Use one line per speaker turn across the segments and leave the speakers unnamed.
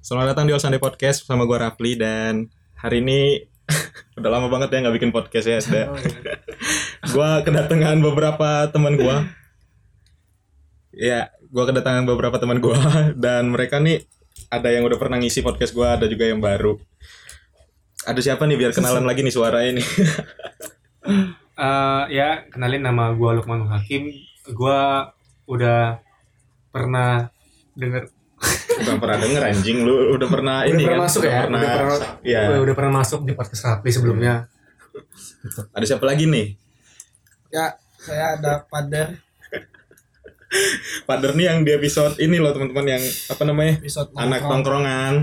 Selamat datang di Osande Podcast bersama gua Rafli dan hari ini udah lama banget ya nggak bikin podcast ya
Oh,
sudah.
iya.
gua kedatangan beberapa teman gua. Ya, gua kedatangan beberapa teman gua dan mereka nih ada yang udah pernah ngisi podcast gua, ada juga yang baru. Ada siapa nih biar kenalan lagi nih suaranya nih.
Eh, ya kenalin nama gue Lukman Hakim gue udah pernah denger
Bukan pernah denger anjing lu udah pernah ini
udah pernah
kan?
masuk ya
Pernah,
udah pernah
ya.
udah- udah pernah masuk di podcast Rafli sebelumnya
Ada siapa lagi nih?
Ya, saya ada pada
Pader nih yang di episode ini loh teman-teman yang apa namanya?
episode
anak
nongkrong.
tongkrongan.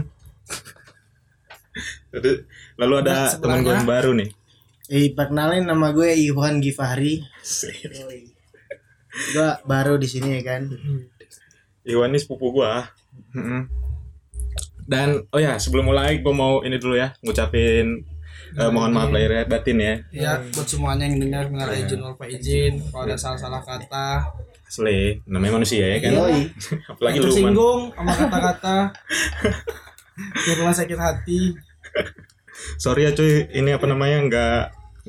Lalu- Lalu
Nah,
ada
sebelahnya.
teman gue yang baru nih.
Eh, perkenalin nama gue Iwan Gifari. Gue baru di sini ya kan.
Iwan ini sepupu gue. Dan oh ya sebelum mulai gue mau ini dulu ya ngucapin eh,
Nah,
mohon
iya.
maaf lahir ya, batin ya.
Ya, buat semuanya yang dengar minal
Iya.
izin wal izin, kalau ada salah-salah kata,
Asli namanya manusia ya kan.
Iya.
Yoi.
Apalagi
yang
lu man.
tersinggung sama kata-kata biar rumah sakit hati.
Sorry ya cuy ini apa namanya nggak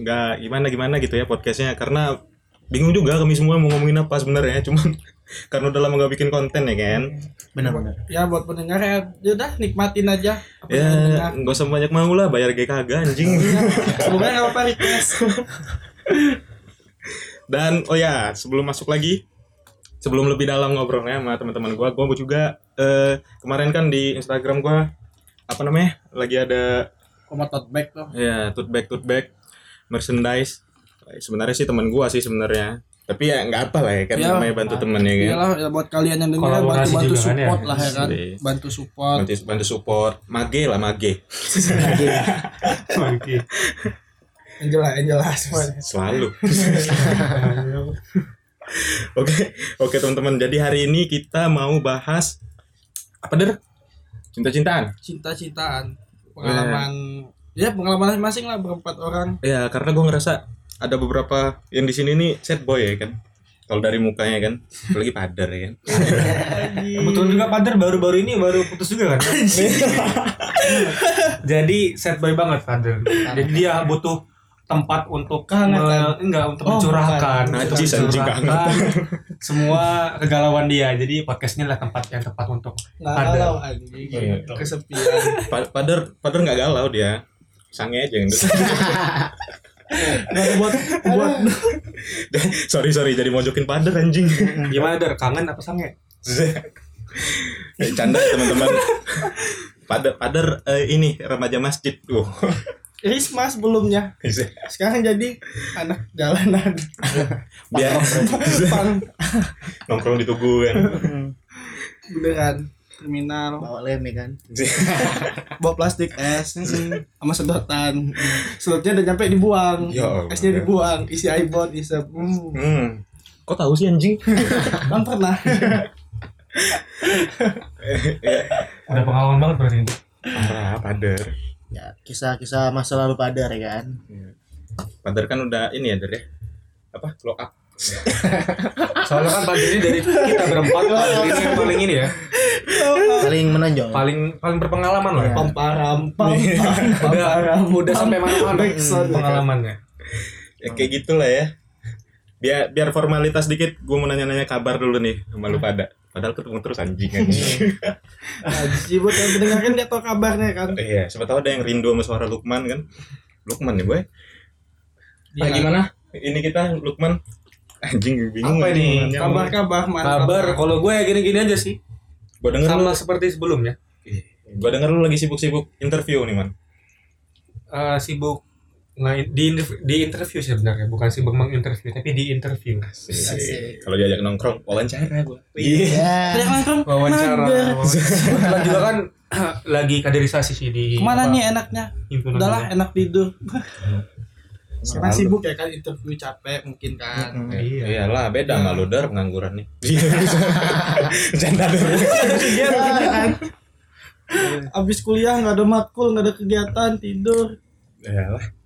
nggak gimana gimana gitu ya podcastnya karena bingung juga kami semua mau ngomongin apa sebenarnya cuman karena udah lama gak bikin konten ya kan.
Benar-benar.
Ya buat pendengar ya, ya udah nikmatin aja apa yang
Ya
pendengar.
nggak usah banyak mau lah bayar gak kagak anjing.
Semoga nggak apa-apa request.
Dan oh ya, sebelum masuk lagi, sebelum lebih dalam ngobrolnya sama teman-teman gua, gua juga eh, kemarin kan di Instagram gua apa namanya? lagi ada
Koma tote bag tuh.
ya tote bag tote bag merchandise. Eh, Sebenarnya sih teman gua sih sebenarnya. Tapi ya nggak apa lah ya kan
Ya,
namanya bantu temen ya kan.
Iyalah ya buat kalian yang dengar
Kolaborasi
bantu-bantu
juga kan ya.
support lah ya kan.
Asli.
Bantu support.
Bantu, bantu support, mage lah mage.
Oke.
Yang jelas, yang jelas.
Selalu. Oke, oke teman-teman. Jadi hari ini kita mau bahas apa der? Cinta-cintaan.
Cinta-cintaan, pengalaman
Iya.
ya pengalaman masing lah berempat orang.
Ya, karena gue ngerasa ada beberapa yang di sini nih set boy ya kan. Kalau dari mukanya kan, apalagi pader ya kan.
kebetulan juga Pader baru-baru ini baru putus juga kan jadi sad boy banget Pader jadi dia butuh tempat untuk
Kehangatan.
me- enggak untuk
Oh,
mencurahkan
bukan.
Untuk
Najis, anjing,
mencurahkan semua kegalauan dia jadi podcast ini lah tempat yang tepat untuk
Nggak
Pader.
galau anjing
Iya.
Kesepian
Pa- Pader pader nggak galau dia. Sange aja yang
Nggak ada buat buat
Sorry sorry jadi mojokin pader anjing.
gimana der kangen apa sange
Eh, Canda ya, teman-teman. Pader pader eh, ini remaja masjid. Wow.
Risma sebelumnya Sekarang jadi anak jalanan
Biar
Pang
nongkrong di tugu kan.
Beneran Terminal
Bawa lem ya kan.
Bawa plastik es Sama sedotan Sedotnya udah nyampe dibuang
Ya Allah.
Esnya dibuang Isi aibon Isep hmm.
Hmm. Kok tahu sih anjing?
Kan pernah
udah pengalaman banget berarti
Parah pader.
Ya, kisah-kisah masa lalu padar ya kan.
Pader kan udah ini ya der ya. Apa? Blow up.
soalnya kan pagi ini dari kita berempat Pader ini yang paling ini ya
Paling menonjol.
paling paling berpengalaman loh ya.
Pamparam Pamparam
udah
Pamparam
Iya. udah sampai mana-mana Hmm,
Backsound.
pengalamannya
ya, kayak gitulah ya biar biar formalitas dikit gue mau nanya-nanya kabar dulu nih sama lu pada padahal ketemu terus anjing kan? anjing
Nah jadi buat yang pendengar kan gak tau kabarnya kan
iya siapa tahu ada yang rindu sama suara Lukman kan Lukman nih gue
Iya.
gimana ini kita Lukman anjing bingung
Apa nih?
kabar
Kabar-kabar mantap
kabar kalau gue ya gini-gini aja sih
gue denger lu
sama seperti sebelumnya
gue denger lu lagi sibuk-sibuk interview nih man
Eh, sibuk nggak di di interview sih sebenarnya bukan sibuk menginterview tapi di interview
Asik.
kalau diajak nongkrong wawancara Iya. gue
Iya.
Ya.
Teriak langsung
wawancara
mager.
Kebetulan juga kan lagi kaderisasi sih di apa,
Kemana nih enaknya?
himpunan
Udahlah
juga.
enak tidur. Karena sibuk ya kan interview capek mungkin kan.
Iya.
iya iyalah beda sama lu dar pengangguran nih canda Der.
Iya kan. Abis kuliah nggak ada matkul nggak ada kegiatan tidur.
Yalah.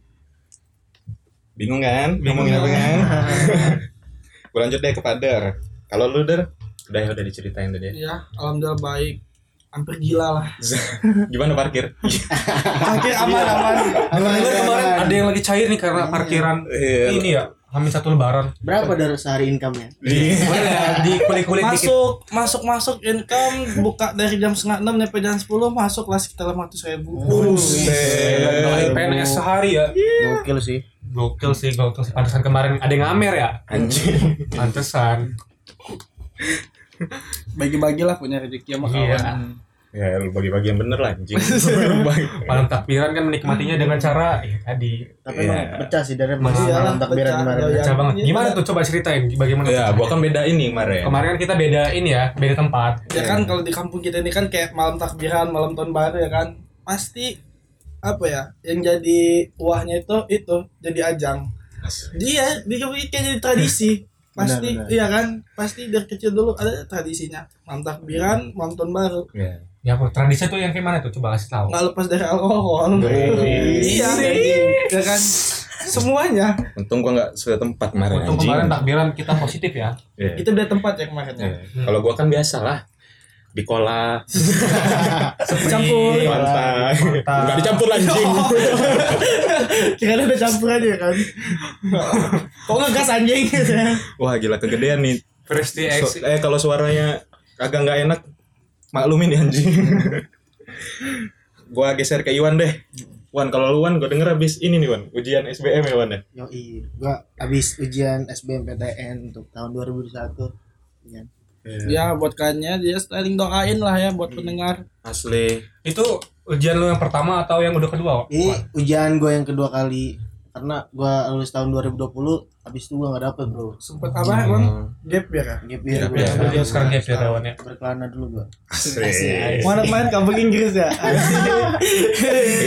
Bingung kan?
Bingung
Ngomongin apa
kan?
kan? Gue lanjut deh ke Pader. Kalau lu der, udah ya udah diceritain tadi. ya.
Ya alhamdulillah baik. hampir gila lah
Gimana parkir?
akhir aman aman
Aman,
Dengar kemarin
aman.
ada yang lagi cair nih karena parkiran
Iya.
ini ya, hamil satu lebaran.
Berapa dari sehari income-nya?
Iya.
Di-
di kulit-kulit dikit.
masuk masuk masuk income buka dari jam setengah enam sampai jam sepuluh masuk lah sekitar lima ratus ribu
Kalau
Buset.
PNS sehari ya.
Gokil sih.
Gokil sih, gokil sih. Pantesan kemarin ada yang ngamer ya.
Anjing.
Pantesan.
bagi-bagilah punya rezeki sama kawan
Iya.
Ya, lu bagi-bagi yang bener lah anjing.
Malam takbiran kan menikmatinya dengan cara ya, tadi
Tapi emang
Iya.
pecah sih dari
Masalah
malam
pecah,
takbiran kemarin.
doyan.
pecah banget. Gimana tuh coba ceritain bagaimana?
ya,
tuh?
gua kan beda ini kemarin.
Kemarin kan kita beda ini ya, beda tempat.
ya kan kalau di kampung kita ini kan kayak malam takbiran malam tahun baru ya kan pasti apa ya yang jadi uahnya itu itu jadi ajang dia dia Iya, kayak jadi tradisi pasti
Benar, benar.
iya kan pasti dari kecil dulu ada tradisinya malam takbiran malam tahun baru
Iya.
Ya apa tradisi tuh yang kayak mana tuh? Coba kasih tahu.
nggak lepas dari alkohol iya ya kan semuanya
Untung gua nggak setempat kemarin
Untung
anjing.
kemarin takbiran kita positif ya.
Iya.
itu udah tempat ya kemarin ya
Iya. Kalau gua kan biasa lah. Di kola,
campur
Iya,
pantai. Enggak dicampur lah, anjing.
kira udah campur aja ya kan kok nggak gas anjing
Wah, gila kegedean nih.
First day
So- eh kalau suaranya agak nggak enak, maklumin ya anjing. gua geser ke Iwan deh. Wan, kalau lu Wan, gua denger habis ini nih Wan, ujian SBM ya Wan ya.
Yoi, gua habis ujian SBMPTN untuk tahun 2021. Iya.
ya buat kalian dia styling doain lah ya buat pendengar
Asli.
Itu ujian lu yang pertama atau yang udah kedua? Wak?
Ini
Iya.
ujian gua yang kedua kali karena gua lulus tahun 2020 habis itu gua nggak dapet bro
sempet apa emang gap ya kan
gap year
Gap
gua.
year.
Sekarang
Lu sekarang gap year,
sekarang
Wan, ya?
berkelana dulu gua
Iya. Asli.
mana kemarin kampung Inggris ya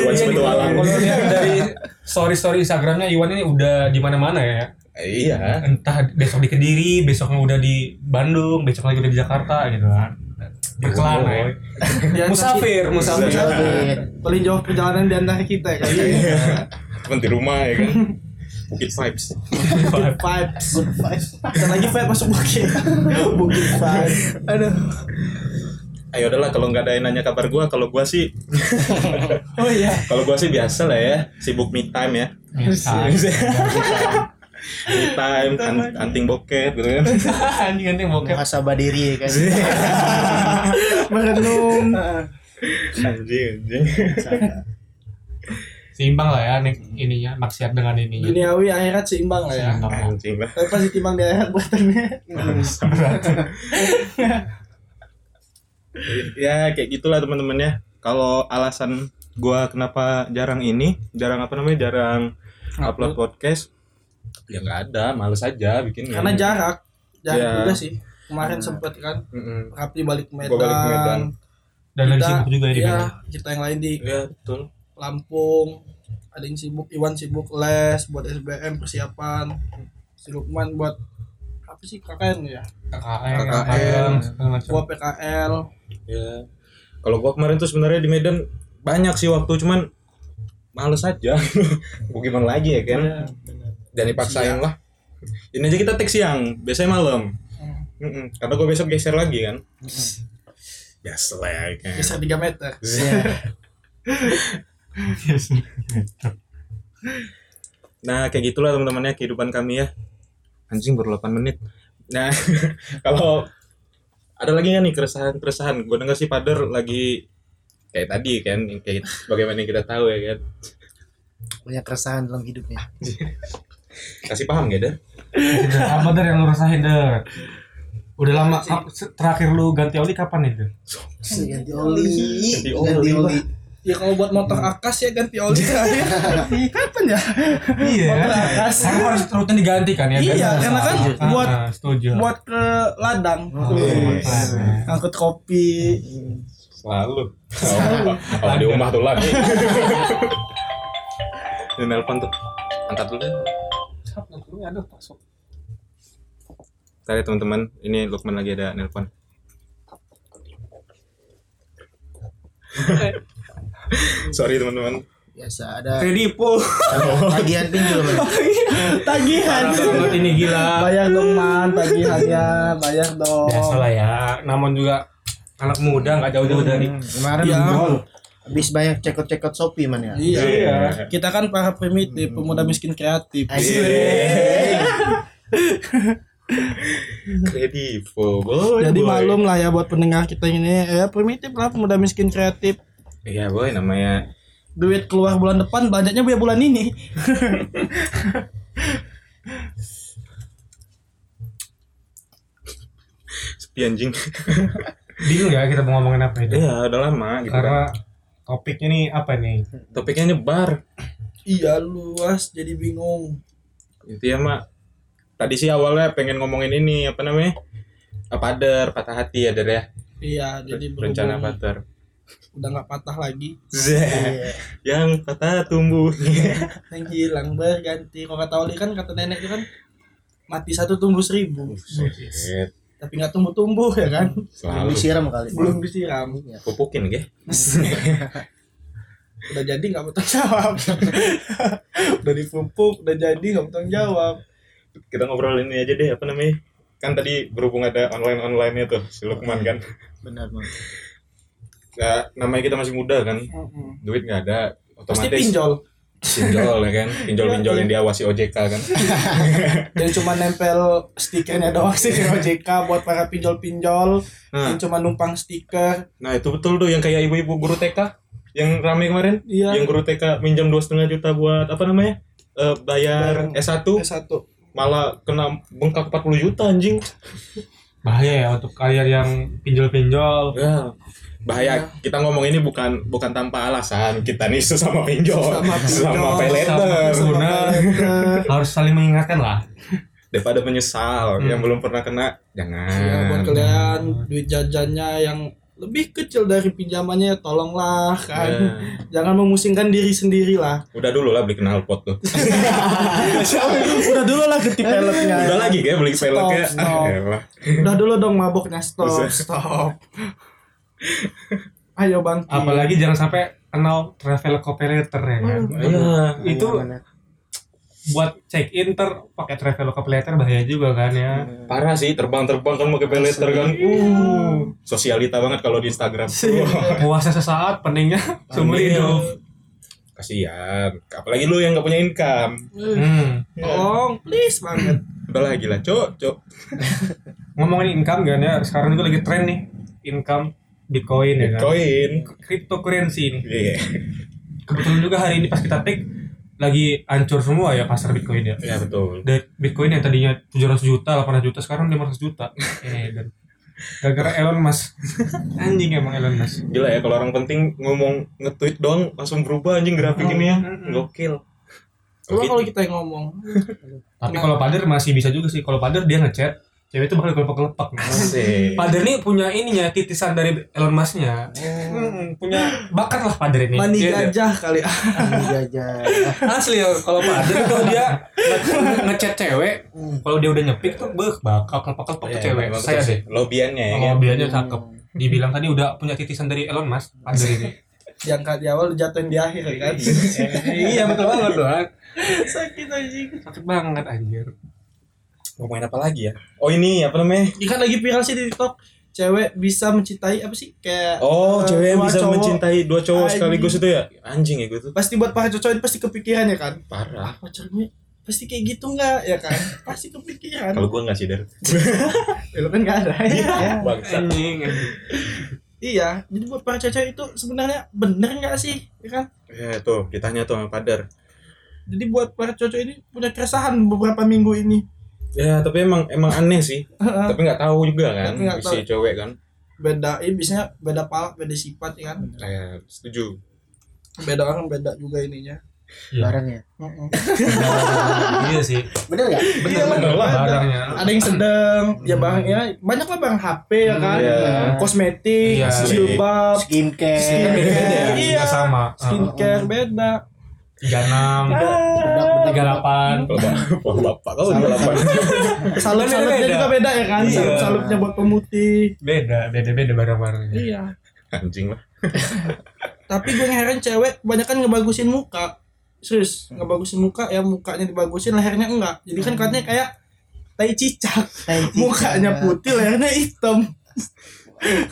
Iwan sepetualang.
Kalau lihat dari story story Instagramnya Iwan ini udah di mana mana ya.
Iya.
Entah besok di Kediri, besoknya udah di Bandung, besok lagi udah di Jakarta gitu kan. Berkelana ya.
Ya,
Musafir, musafir.
Musafir.
paling jauh perjalanan di antara kita ya kan
Cuman di rumah ya kan. Bukit vibes.
vibes good vibes dan lagi vibe masuk bukit bukit vibes aduh
Ayo udahlah kalau nggak ada yang nanya kabar gua, kalau gua sih
oh iya
kalau gua sih biasa lah ya, sibuk me time ya.
Misal.
me time, an- anting boket gitu kan.
Anjing anjing bokep.
muhasabah diri ya kan
merenung
Anjing, anjing.
Seimbang lah ya nih ininya maksiat dengan ininya.
duniawi akhirat seimbang lah ya
Seimbang ya.
Anjing lah.
tapi pasti timbang di akhirat buatannya
Ya kayak gitulah teman-teman ya. Kalau alasan gua kenapa jarang ini, jarang apa namanya? Jarang upload podcast. Ya nggak ada, males aja bikin. ya.
karena jarak jarak
Iya.
juga sih kemarin sempet kan Rapli balik ke Medan,
Gua balik ke Medan.
Dan lagi sibuk juga ya di
iya,
Medan.
kita yang lain di
Iya, betul.
Lampung ada yang sibuk Iwan sibuk les buat SBM persiapan si Lukman buat apa sih KKN ya
KKN,
KKN.
KKN, segala macam.
gua PKL
Ya. Kalau gua kemarin tuh sebenarnya di Medan banyak sih waktu cuman males aja. Mau gimana lagi ya kan? Dan dipaksain lah. Ini aja kita tag siang, biasanya malam.
Hmm.
Mm-mm. Karena gua besok geser lagi kan. Biasa lah ya kan.
geser 3 meter
Iya,
Nah, kayak gitulah teman-temannya kehidupan kami ya. Anjing baru 8 menit. Nah, kalau ada lagi nggak nih keresahan-keresahan? Gue denger sih Pader lagi kayak tadi kan, yang kayak bagaimana yang kita tahu ya kan.
punya keresahan dalam hidupnya
Kasih paham gak, Der?
Apa der yang lu rasain der? Udah lama kap- se- terakhir lu ganti oli kapan itu?
ganti oli
Ganti oli.
ganti oli
ya kalau buat motor akas ya ganti oli terakhir kapan ya Motor akas
Iya. Karena harus rutin diganti kan ya?
Iya,
Biasa.
karena kan
Ah,
buat-
ah, setuju. Iya.
buat ke ladang
Oh,
Yes.
Pelan-pelan.
angkut kopi
Selalu. Kalau di rumah tuh lagi. Ini nelpon tuh. Angkat dulu deh.
Aduh, masuk.
Bentar ya teman-teman, ini Lukman lagi ada nelpon. Sorry teman-teman.
biasa ada
kredipo
tagihan pinjol Bang.
tagihan
Parah banget ini gila.
bayar dong man tagihannya bayar dong
Biasa lah ya. Namun juga
anak muda nggak jauh-jauh dari
Kemarin
Iya.
gol. Habis banyak cekot-cekot Shopee man ya.
Iya.
Iya.
Kita kan para primitif, pemuda miskin kreatif.
Asik.
kredivo boy
Jadi
boy.
maklum lah ya buat pendengar kita ini ya primitif lah pemuda miskin kreatif.
iya boy namanya
Duit keluar bulan depan, budgetnya biar bulan ini.
sepi anjing
bingung ya kita mau ngomongin apa itu
iya udah lama gitu kan.
karena topiknya nih apa nih
topiknya nyebar
Iya luas jadi bingung.
itu ya mak tadi sih awalnya pengen ngomongin ini apa namanya Eh, pader patah hati ya dari ya
Iya, jadi
rencana
berhubung
pater
udah nggak patah lagi.
Zeh.
Iya.
yang patah tumbuh
Yang hilang berganti. Kalau kata Oli kan kata nenek itu kan mati satu tumbuh seribu.
Buset,
Tapi nggak tumbuh-tumbuh ya kan?
Belum
selalu
disiram kali.
Belum disiram.
pupukin ge
udah jadi nggak bertanggung jawab udah dipupuk udah jadi nggak bertanggung jawab
kita ngobrol ini aja deh apa namanya kan tadi berhubung ada online online nya tuh si Lukman kan
Benar banget.
nah, namanya kita masih muda kan duit nggak ada
pasti
otomatis
pinjol Iya,
pinjol ya kan pinjol pinjol yang diawasi OJK kan
dan cuma nempel stikernya doang sih di OJK buat para pinjol-pinjol
nah,
yang cuma numpang stiker
nah itu betul tuh yang kayak ibu-ibu guru TK yang rame kemarin
iya
yang guru TK minjam dua setengah juta buat apa namanya Eh, bayar
Barang.
S1
S1
malah kena bengkak 40 juta anjing
bahaya ya untuk kalian yang pinjol-pinjol
ya bahaya kita ngomong ini bukan bukan tanpa alasan kita nih sama pinjol
Sesama pinjol,
sama pay
sama-
letter
Guna. harus saling mengingatkan lah
daripada menyesal
Hmm.
yang belum pernah kena jangan
ya, buat kalian duit jajannya yang lebih kecil dari pinjamannya tolonglah kan
Ya.
jangan memusingkan diri sendiri lah
udah dulu lah beli knalpot tuh
udah dulu lah ketip peleknya
udah lagi kayak beli
Stop,
peleknya
stop.
ah, elah.
Udah dulu dong maboknya stop,
Buset.
stop. Ayo bang.
apalagi jangan sampai kenal travel copywriter ya kan
Hmm.
Iya.
itu
Benar.
buat check in ter pakai travel copywriter bahaya juga kan ya
parah sih terbang-terbang kan pakai pay letter kan uh sosialita banget kalau di Instagram Wah,
puasa sesaat peningnya seumur hidup
kasihan apalagi lu yang nggak punya income
hmm.
Tolong, please banget.
udah lagi lah cok cok
ngomongin income kan ya sekarang juga lagi tren nih income bitcoin ya kan
bitcoin
cryptocurrency ini
iya
kebetulan juga hari ini pas kita take lagi hancur semua ya pasar bitcoin ya
Iya, betul
dari bitcoin yang tadinya 700 juta 800 juta sekarang 500 juta eh dan gara-gara Elon Musk anjing emang Elon Musk
gila ya kalau orang penting ngomong nge-tweet dong langsung berubah anjing grafik ini ya gokil
Coba
Gitu.
kalau kita yang ngomong.
tapi kalau pader masih bisa juga sih kalau pader dia ngechat cewek itu bakal kelepak-kelepak
Asik.
Pader nih punya ininya titisan dari Elon Musk-nya.
Hmm.
Mm-mm, punya bakat lah Pader ini.
Mani
Iya, iya.
Hmm, gajah kali. ah.
Ini gajah. Ah,
Asli ya, kalau Pader tuh dia nge- ngechat cewek, kalau dia udah nyepik tuh beuh Hmm. bakal kelepek-kelepek tuh
Iya,
cewek. Iya.
bagus
Saya
sih.
deh.
Lobiannya ya. kan?
Ngobiannya cakep. Dibilang tadi udah punya titisan dari Elon Musk, Pader ini.
Yang ka- di awal jatuhin di akhir ya kan.
iya betul banget doang.
Sakit anjing.
Sakit banget anjir.
Ngomongin apa lagi ya? Oh ini apa namanya?
Ikan lagi viral sih di TikTok. Cewek bisa mencintai apa sih? Kayak
Oh,
eh,
cewek yang
dua
bisa
cowok.
mencintai dua cowok
Anjing.
sekaligus itu ya? Anjing ya gue tuh.
Pasti buat para cowok itu pasti kepikiran ya kan.
Parah.
Ah, pacarnya pasti kayak gitu nggak ya kan? Pasti kepikiran.
Kalau gue nggak sih der.
Ya, Lu kan nggak ada.
Iya.
ya.
Bangsa.
Anjing. anjing.
Iya, jadi buat para cewek itu sebenarnya bener nggak sih, ya kan?
Ya tuh, ditanya tuh sama Pader.
Jadi buat para cowok ini punya keresahan beberapa minggu ini.
Ya tapi emang emang aneh sih. tapi nggak tahu juga kan
Tapi nggak
si cewek kan.
Beda, ini biasanya beda palak, beda sifat, ya kan?
Eh, setuju.
Beda orang, beda juga ininya.
Barangnya.
Iya sih.
ya. Benar enggak?
Iya,
bener lah.
Barangnya.
Ada yang sedang, ya barang ya banyak lah barang HP ya kan,
Iya.
kosmetik,
Iya.
jilbab,
Skincare.
Skincare.
Beda ya,
Iya.
nggak sama.
skincare beda.
36
Bedak-bedak.
38
Kalau bapak, kalau bapak, kalau
Salah.
bapak.
Salut salutnya
Beda-beda.
juga beda ya kan,
Iya.
salut salutnya buat pemutih.
beda beda beda barang barangnya
Iya.
Anjing lah.
Tapi gue heran cewek kebanyakan ngebagusin muka. Serius,
Hmm.
ngebagusin muka ya mukanya dibagusin, lehernya enggak. Jadi kan katanya kayak tai cicak.
Iya.
Tai cicak.
mukanya putih lehernya hitam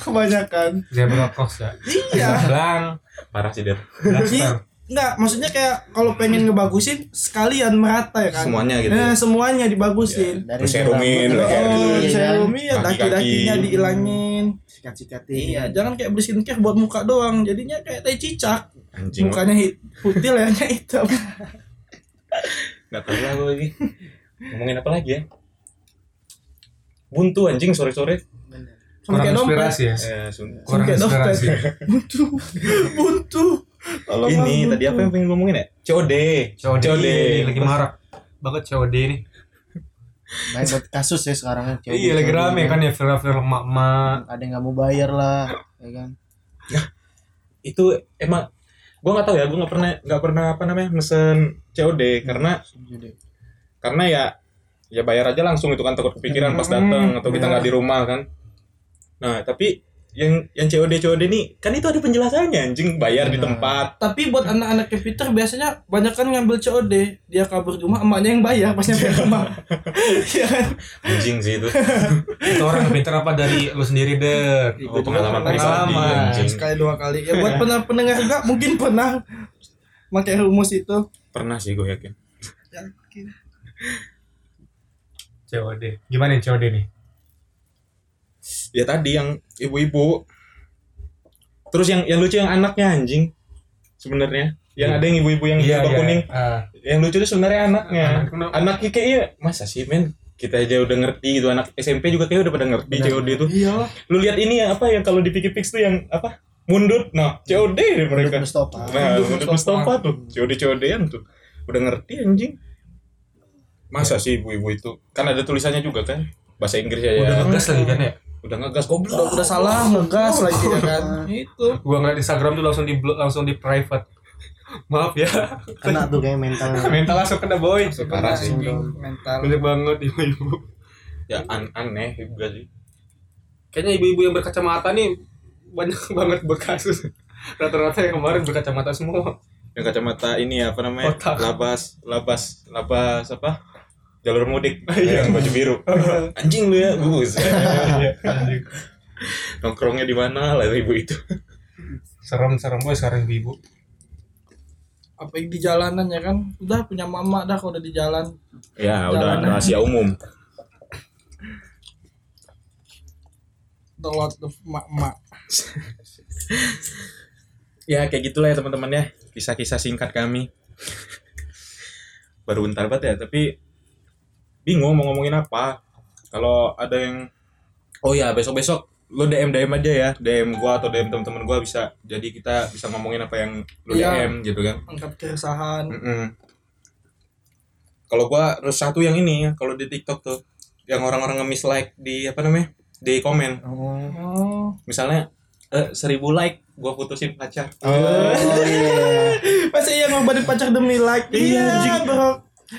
kebanyakan
Zebra Cross ya.
iya
Gelang,
parah sih dia
blaster.
Enggak, maksudnya kayak kalau pengen ngebagusin sekalian merata ya kan.
semuanya gitu
Nah, semuanya dibagusin.
Dari
Terus serumin
jurang-
lah kayak gitu
Oh,
Iya.
serumnya ya
Kaki-kaki. Hmm.
daki-dakinya dihilangin.
sikat-sikatin.
Iya, jangan kayak beli skincare buat muka doang. Jadinya kayak tai cicak.
anjing
Mukanya hit- putih, lehernya hitam.
nggak tahu lah gue lagi ngomongin apa lagi ya buntu anjing sore sore
Bener.
Sama
Kurang
kayak dompet.
inspirasi ya.
eh, sun-
Kurang
Kayak dompet.
inspirasi.
Buntu. Buntu. Tolong
ini
aku,
tadi apa
buntu.
yang pengen ngomongin ya COD
COD,
COD.
lagi marak banget COD nih.
Banyak buat kasus ya sekarang kan. Coba-
Iya lagi
coba-
rame kan ya viral-viral emak-emak.
Ada yang nggak mau bayar lah, ya kan?
itu emang gue nggak tahu ya gue nggak pernah nggak pernah apa namanya mesen COD karena
Jadi,
karena ya ya bayar aja langsung itu kan takut kepikiran pas datang atau kita
Iya.
nggak di rumah kan nah tapi yang yang COD COD ini kan itu ada penjelasannya anjing bayar di
Iya.
Benar.
tempat
Tapi buat anak-anak komputer biasanya banyak kan ngambil COD. Dia kabur di rumah, emaknya yang bayar pas nyampe rumah. Iya kan?
anjing sih itu
Itu orang pinter apa dari lu sendiri deh.
oh, pengalaman
Pengalaman.
pribadi anjing
sekali dua kali ya buat pernah pendengar juga mungkin pernah pakai rumus itu Ya,
pernah sih gue yakin
Yakin.
COD. Gimana nih COD nih?
ya tadi yang ibu-ibu terus yang yang lucu yang anaknya anjing sebenarnya yang
Iya.
ada yang ibu-ibu yang
Iya,
jilbab
iya.
kuning
Ah,
yang lucu itu sebenarnya anaknya
Anak kenapa?
anak kayaknya masa sih men kita aja udah ngerti itu anak SMP juga kayaknya udah pada ngerti
Benar.
COD itu
iya
lu lihat ini ya apa yang kalau di Piki Pix tuh yang apa mundut nah COD deh mereka
Menurut ah. Mustafa.
nah
Mundut
mundut
Mustafa.
Mustafa tuh COD COD-an tuh udah ngerti anjing masa sih ibu-ibu itu kan ada tulisannya juga kan bahasa Inggris ya
Udah
udah,
ngegas lagi kan ya?
ngegas goblok
udah, udah salah ngegas lagi ya kan itu
Gua ngeliat Instagram tuh langsung di blo- langsung di private. Maaf ya.
Kena tuh kayak mentalnya.
Mental langsung kena boy.
parah sih
Anjing, mental
Banyak banget ibu-ibu.
ya an aneh juga sih
Kayaknya ibu-ibu yang berkacamata nih banyak banget berkasus. Rata-rata yang kemarin berkacamata semua.
yang kacamata ini ya, apa namanya
Otak.
labas labas labas apa jalur mudik yang baju biru anjing lu ya bus
Anjing.
nongkrongnya di mana lah ibu itu
Serem-serem boy sekarang ibu-ibu.
apa yang di jalanan ya kan udah punya mama dah kalau udah di jalan
ya udah rahasia umum
the lot of mak mak
ya kayak gitulah ya teman-teman ya kisah-kisah singkat kami baru bentar banget ya tapi bingung mau ngomongin apa kalau ada yang oh ya besok-besok lo DM DM aja ya DM gua atau DM teman-teman gua bisa jadi kita bisa ngomongin apa yang lo
Iya.
DM gitu kan
angkat keresahan
Mm-mm. kalau gua terus satu yang ini ya kalau di TikTok tuh yang orang-orang nge like di apa namanya di komen
Oh,
Hmm.
oh
misalnya eh, seribu like gua putusin pacar
oh iya.
masa iya ngorbanin pacar demi like
Iya, anjing.
iya bro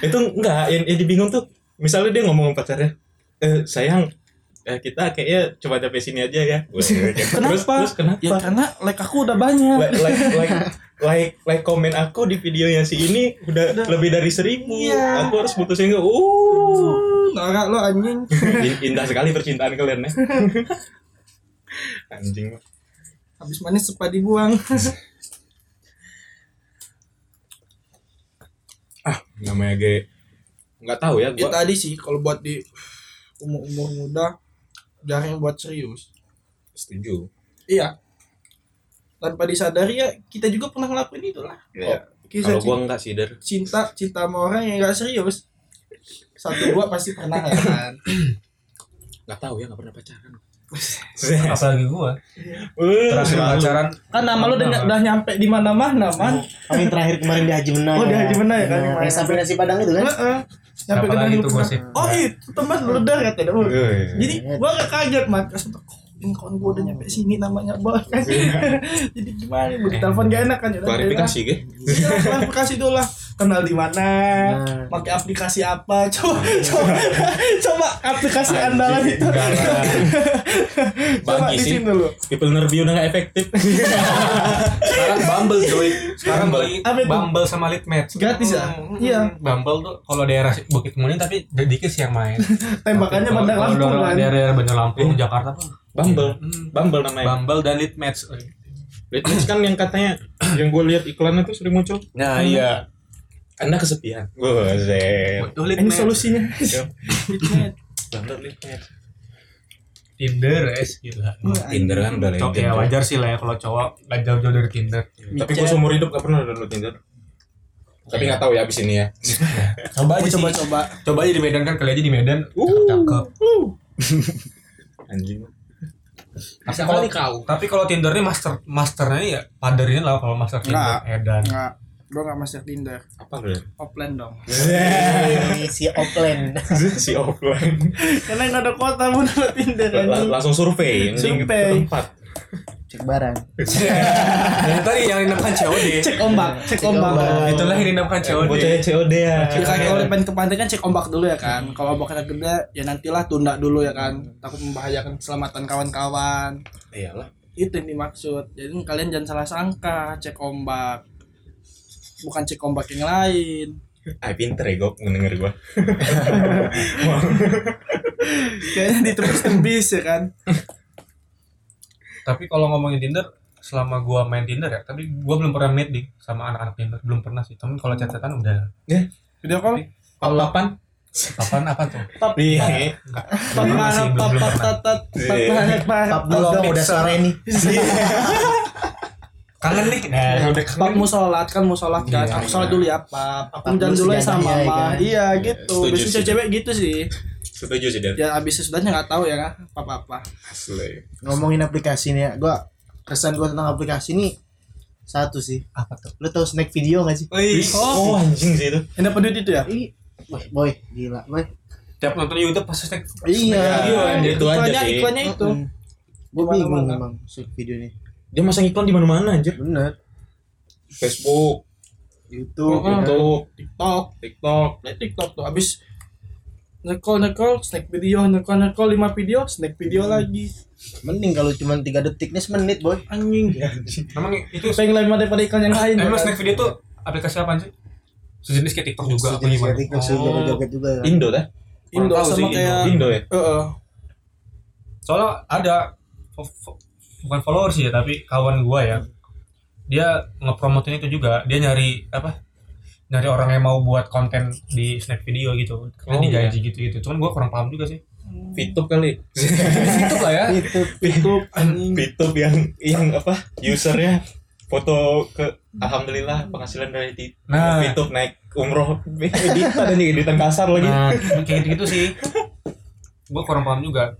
itu enggak yang, yang dibingung tuh misalnya dia ngomong sama pacarnya eh sayang eh, kita kayaknya coba sampai sini aja ya Wah, terus
Kenapa?
terus kenapa
ya karena like aku udah banyak
like like like like like komen aku di videonya si ini udah,
Udah.
lebih dari seribu
Iya.
aku harus putusin ke uh
norak lo anjing
In- indah sekali percintaan kalian ya anjing
habis manis sepa dibuang
ah namanya ge nggak tahu ya
ya
gua
tadi sih kalau buat di umur umur muda jarang buat serius
setuju
iya tanpa disadari ya kita juga pernah ngelakuin itu lah
Iya.
kisah
kalau gua enggak sih der
cinta cinta sama orang yang gak serius satu dua pasti pernah ya kan
nggak tahu ya nggak pernah pacaran
Apalagi gua. Terakhir
Selalu.
pacaran
kan nama lu udah, udah nyampe di mana mana man
Kami yang terakhir kemarin di Haji Menang.
Oh, di Haji Menang ya, kan?
Nah, yang sampai nasi padang itu kan?
Heeh. nyampe ke
Apalagi
Tanjung
tuh
Pinang.
gosip. Iya.
oh itu teman lu udah katanya lu
Eh.
jadi gua gak kaget man terus untuk ini kawan gua udah nyampe sini namanya boy
Iya. Eh,
jadi gimana gua ditelepon gak enak kan ya udah,
klarifikasi ge
Iya, klarifikasi dulu lah. kenal di mana
Nah.
pakai aplikasi apa coba coba coba aplikasi andalan itu
Enggak lah.
coba
Bagi
di
sih.
sini dulu
People review udah gak efektif.
Sekarang Bumble coy. Sekarang beli
Apa itu?
Bumble sama Litmatch.
Gratis ya?
Hmm,
Iya.
Bumble tuh kalau daerah Bukit Kemuning tapi dikit sih yang main. Kalau-
tembakannya bandar
kalau
Lampung
daerah-
kan
Daerah Bandar Lampung, Jakarta tuh.
Bumble.
Hmm.
Bumble namanya.
Bumble dan Litmatch. coy.
Litmus kan yang katanya yang gue lihat iklannya tuh sering muncul.
Nah, iya.
Anda kesepian.
Iya.
Gue
Butuh
ini
Litmatch.
solusinya
Iya.
Bumble Litmus.
Tinder es gila.
Hmm.
Tinder kan udah
Oke ya wajar sih lah ya kalau cowok gak jauh-jauh dari Tinder.
Tapi gue seumur hidup gak pernah download Tinder. Tapi nggak tahu ya abis ini ya.
Coba aja
coba
sih.
coba
Coba aja di Medan kan kali aja di Medan.
Uh.
Cakep.
Anjing.
Tapi kalau
kau.
tapi kalau Tindernya master masternya ya padernya lah kalau master Tinder
Nggak.
Edan.
nggak gua nggak masuk Tinder
Apa lu ya?
offline dong
Ini si Oakland
si offline.
karena nggak ada kuota mau kan? dapat Tinder
La-
anjing.
langsung survei. anjing,
Survei.
ke Tempat.
cek barang
Dari tadi yang dinamakan COD.
cek ombak cek
Cek
ombak
ombak.
Itulah Nah, yang dinamakan COD.
Bocahnya COD ya.
Kaki oleh pengen ke pantai kan cek ombak dulu ya kan. Kalau ombaknya gede ya nantilah tunda dulu ya kan. Takut membahayakan keselamatan kawan-kawan.
Iyalah.
Itu yang dimaksud. Jadi kalian jangan salah sangka cek ombak. Bukan cek ombak yang lain.
Ah pinter ya gue ngedenger gue.
Kayaknya ditebis-tebis ya kan.
Tapi kalau ngomongin Tinder selama gua main Tinder ya, tapi gua belum pernah meet nih sama anak-anak Tinder, belum pernah sih. Tapi kalau catatan udah.
Video call
Iya,
Papan.
Apaan apa tuh?
Iya.
Enggak. Belum pernah sih, belum Iya.
papan
belum
papan
pernah.
tatat papan
Pap
papan
dulu dong udah sore nih
Kangen nih. Nah,
Iya,
udah
Pak mau sholat kan mau sholat kan
Iya,
aku sholat dulu ya pap aku
Pap
jalan
dulu
dulu ya
sejadahnya,
sama
ya
mah
kan?
iya gitu
Setuju
biasanya
sih.
cewek gitu sih
Setuju sih Dan.
ya abis sesudahnya nggak tahu ya kan apa apa
Asli.
ngomongin aplikasi nih ya gua kesan gua tentang aplikasi ini satu sih
apa tuh?
lu tahu snack video gak sih
Wih,
Oh anjing sih itu.
yang dapat duit itu ya
ini boy, boy gila boy
tiap nonton YouTube pasti snack.
Iya,
iya
itu aja
Iklannya-
sih.
iklannya itu
gue
eh. Gimana,
bingung
mana?
emang snack video nih
Dia masang iklan di mana-mana anjir.
bener
Facebook,
YouTube ya kan?
YouTube,
TikTok
TikTok.
lihat TikTok tuh abis nekol nekol snack video nekol nekol lima video snack video lagi
mending kalau cuma 3 detik nih semenit boy
anjing
Emang itu
pengen lima daripada iklan yang lain ya
Emang
kan?
snack video tuh aplikasi apaan sih? Sejenis kayak TikTok juga apa
Sejenis
gimana?
kayak TikTok sih
Oh.
joget-joget juga ya
Indo dah.
Kurang
Indo
tahu sih,
sama
Indo.
kayak
Indo ya.
Eh, eh.
Soalnya ada fo- fo- bukan follower sih ya, tapi kawan gua ya. Dia ngepromotin itu juga. Dia nyari apa? Nyari orang yang mau buat konten di snack video gitu. Karena
Oh,
digaji gitu-gitu. Cuman gua kurang paham juga sih.
Fitup kali.
Itu lah ya.
itu
YouTube anjing
Fitup yang yang apa? Usernya foto ke alhamdulillah penghasilan dari di
Nah.
Fitup naik umroh editan dan editan kasar lagi.
Nah, kayak gitu-gitu sih. Gua kurang paham juga.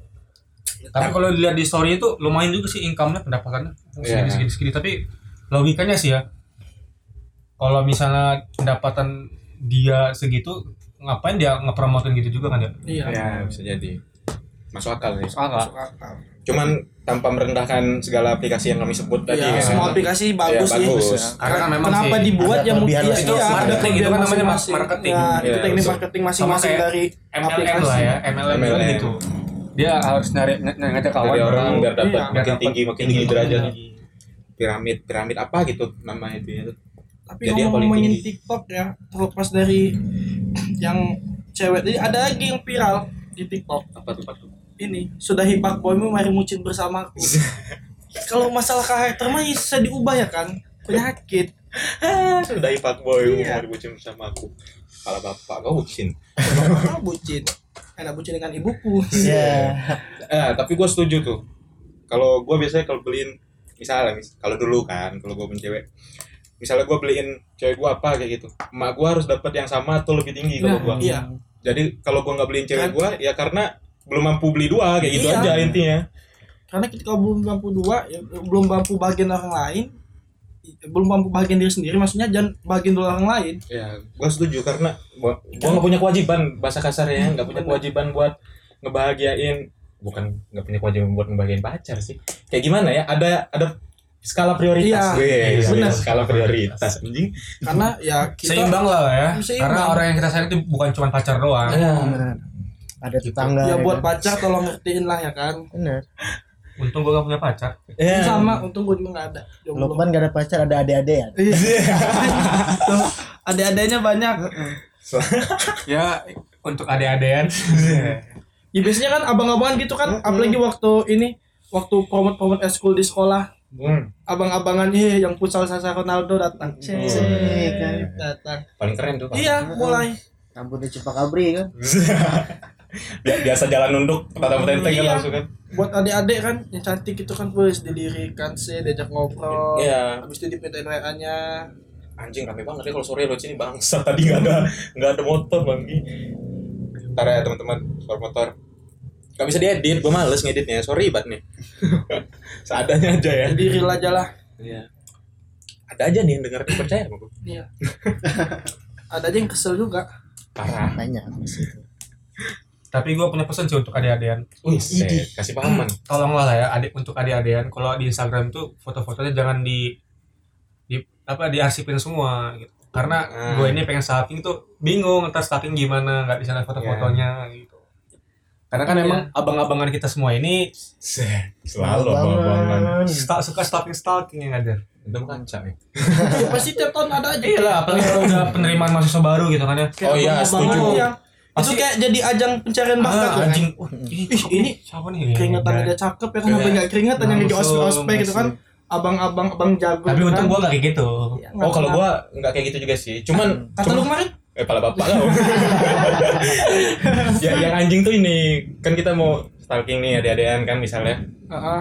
Tapi kalau dilihat di story itu lumayan juga sih income-nya pendapatannya.
Iya.
Segini-segini tapi logikanya sih ya. Kalau misalnya pendapatan dia segitu ngapain dia ngepromotin gitu juga kan ya?
iya
Ya, bisa jadi. Masuk akal sih.
Salah.
masuk akal.
Cuman tanpa merendahkan segala aplikasi yang kami sebut tadi.
Iya,
ya.
semua aplikasi bagus
Iya,
sih.
bagus.
Karena kan memang
Kenapa
sih
dibuat
ada
ya mungkin
kelebihan
iya,
masing-masing.
iya, ada
Marketing,
kelebihan
itu kan namanya
masing-masing.
marketing.
Ya, itu
Iya,
teknik
betul.
marketing
sama
masing-masing
kayak
dari
MLM lah ya, MLM, juga
MLM.
gitu. Dia harus nyari ny- ny- ngajak kawan
Dari orang biar dapat
Iya,
makin
dapat
tinggi makin tinggi derajatnya.
lagi.
Piramid piramid apa gitu namanya itu ya.
tapi
Jadi yang paling
ngomong ngomongin
tinggi.
TikTok ya terlepas dari yang cewek tadi ada lagi yang viral di TikTok
Apa tuh Pak?
ini sudah hipak boymu mari mucin bersamaku kalau masalah karakter mah bisa diubah ya kan penyakit
Sudah Pak Boy ya,
Iya.
mau dibucin sama aku. Kepala bapak kau bucin.
Ah, bucin enak bucin dengan ibuku
ya
Eh, tapi gue setuju tuh. Kalau gue biasanya kalau beliin misalnya mis- kalau dulu kan kalau gue punya cewek misalnya gue beliin cewek gue apa kayak gitu emak gue harus dapat yang sama atau lebih tinggi kalau
Nah,
gue
iya
jadi kalau gue nggak beliin cewek
Kan-
gue ya karena belum mampu beli dua kayak gitu
Iya.
aja intinya
karena ketika belum mampu dua ya, belum mampu bagian orang lain belum mampu bagian diri sendiri maksudnya jangan bagian orang lain
ya gue setuju karena gua gua nggak punya kewajiban bahasa kasarnya nggak punya
Hmm, Bener.
kewajiban buat ngebahagiain bukan nggak punya kewajiban buat ngebahagiain pacar sih kayak gimana ya ada ada skala prioritas.
Iya,
Wih,
iya,
benar.
skala prioritas anjing.
karena ya kita
seimbang lah ya
Seimbang.
karena orang yang kita sayang itu bukan cuma pacar doang
Nah,
Bener. Ada tetangga.
ya buat
kan?
pacar tolong ngertiin lah ya kan
Bener.
untung gue gak punya pacar
Iya.
sama untung gue juga nggak ada
Lu
jomblo
kan gak ada pacar, ada adik-adik ya.
Iya.
ada adanya banyak
ya untuk ade-adean
ya biasanya kan abang-abangan gitu kan apalagi waktu ini waktu promot-promot eskul di sekolah
Hmm,
abang-abangan eh yang futsal Sasa Ronaldo datang Cek,
Cek, kan.
datang
Oh, iya. paling keren tuh. Pak.
iya mulai
Rambutnya cepak abri kan.
Bi- Biasa jalan nunduk, tatap tenteng kan
Iya.
langsung kan.
buat adik-adik kan yang cantik itu kan terus didirikan sih diajak ngobrol
Iya.
habis itu dipitain WA nya
Anjing rame banget ya kalau sore lo sini bangsa tadi nggak ada nggak ada motor bangki. Ntar ya teman-teman motor motor. Gak bisa diedit, gue males ngeditnya. Sorry banget nih. Seadanya aja ya.
jadi real aja lah
Iya. Ada aja nih yang denger percaya sama gue.
iya ada aja yang kesel juga
Parah.
Banyak sih.
tapi gue punya pesan sih untuk ade-adean
Wih, set. kasih pahaman.
tolonglah lah ya adik untuk ade-adean kalau di Instagram tuh foto-fotonya jangan di di apa diarsipin semua gitu karena
Hmm.
gue ini pengen stalking tuh bingung ntar stalking gimana nggak bisa lihat foto-fotonya
Iya.
gitu karena kan
Iya.
emang abang-abangan kita semua ini
Set. Selalu abang-abangan.
Banget.
sta- suka stalking stalking ya, yang ada
Dendam kaca ya.
ya pasti tiap tahun ada aja
iya lah apalagi kalau udah penerimaan mahasiswa baru gitu kan ya
Kayak
Oh iya,
abang-abangan
setuju.
yang- itu
Pasti-
kayak jadi ajang pencarian bakat
ah,
tuh kan.
anjing Wah, ih,
Ih, ini
siapa nih
keringetan aja cakep ya kan
Iya.
sampai nggak keringetan yang di
Langsung,
ospek ospek gitu kan abang-abang abang jago
tapi
gitu
untung
kan.
gue gak kayak gitu
Iya,
Oh kalau
nggak-
gua nggak kayak gitu juga sih. Cuman
kata lu kemarin
eh pala bapak lah. ya, yang anjing tuh ini kan kita mau stalking nih adik-adikan kan misalnya.
Heeh.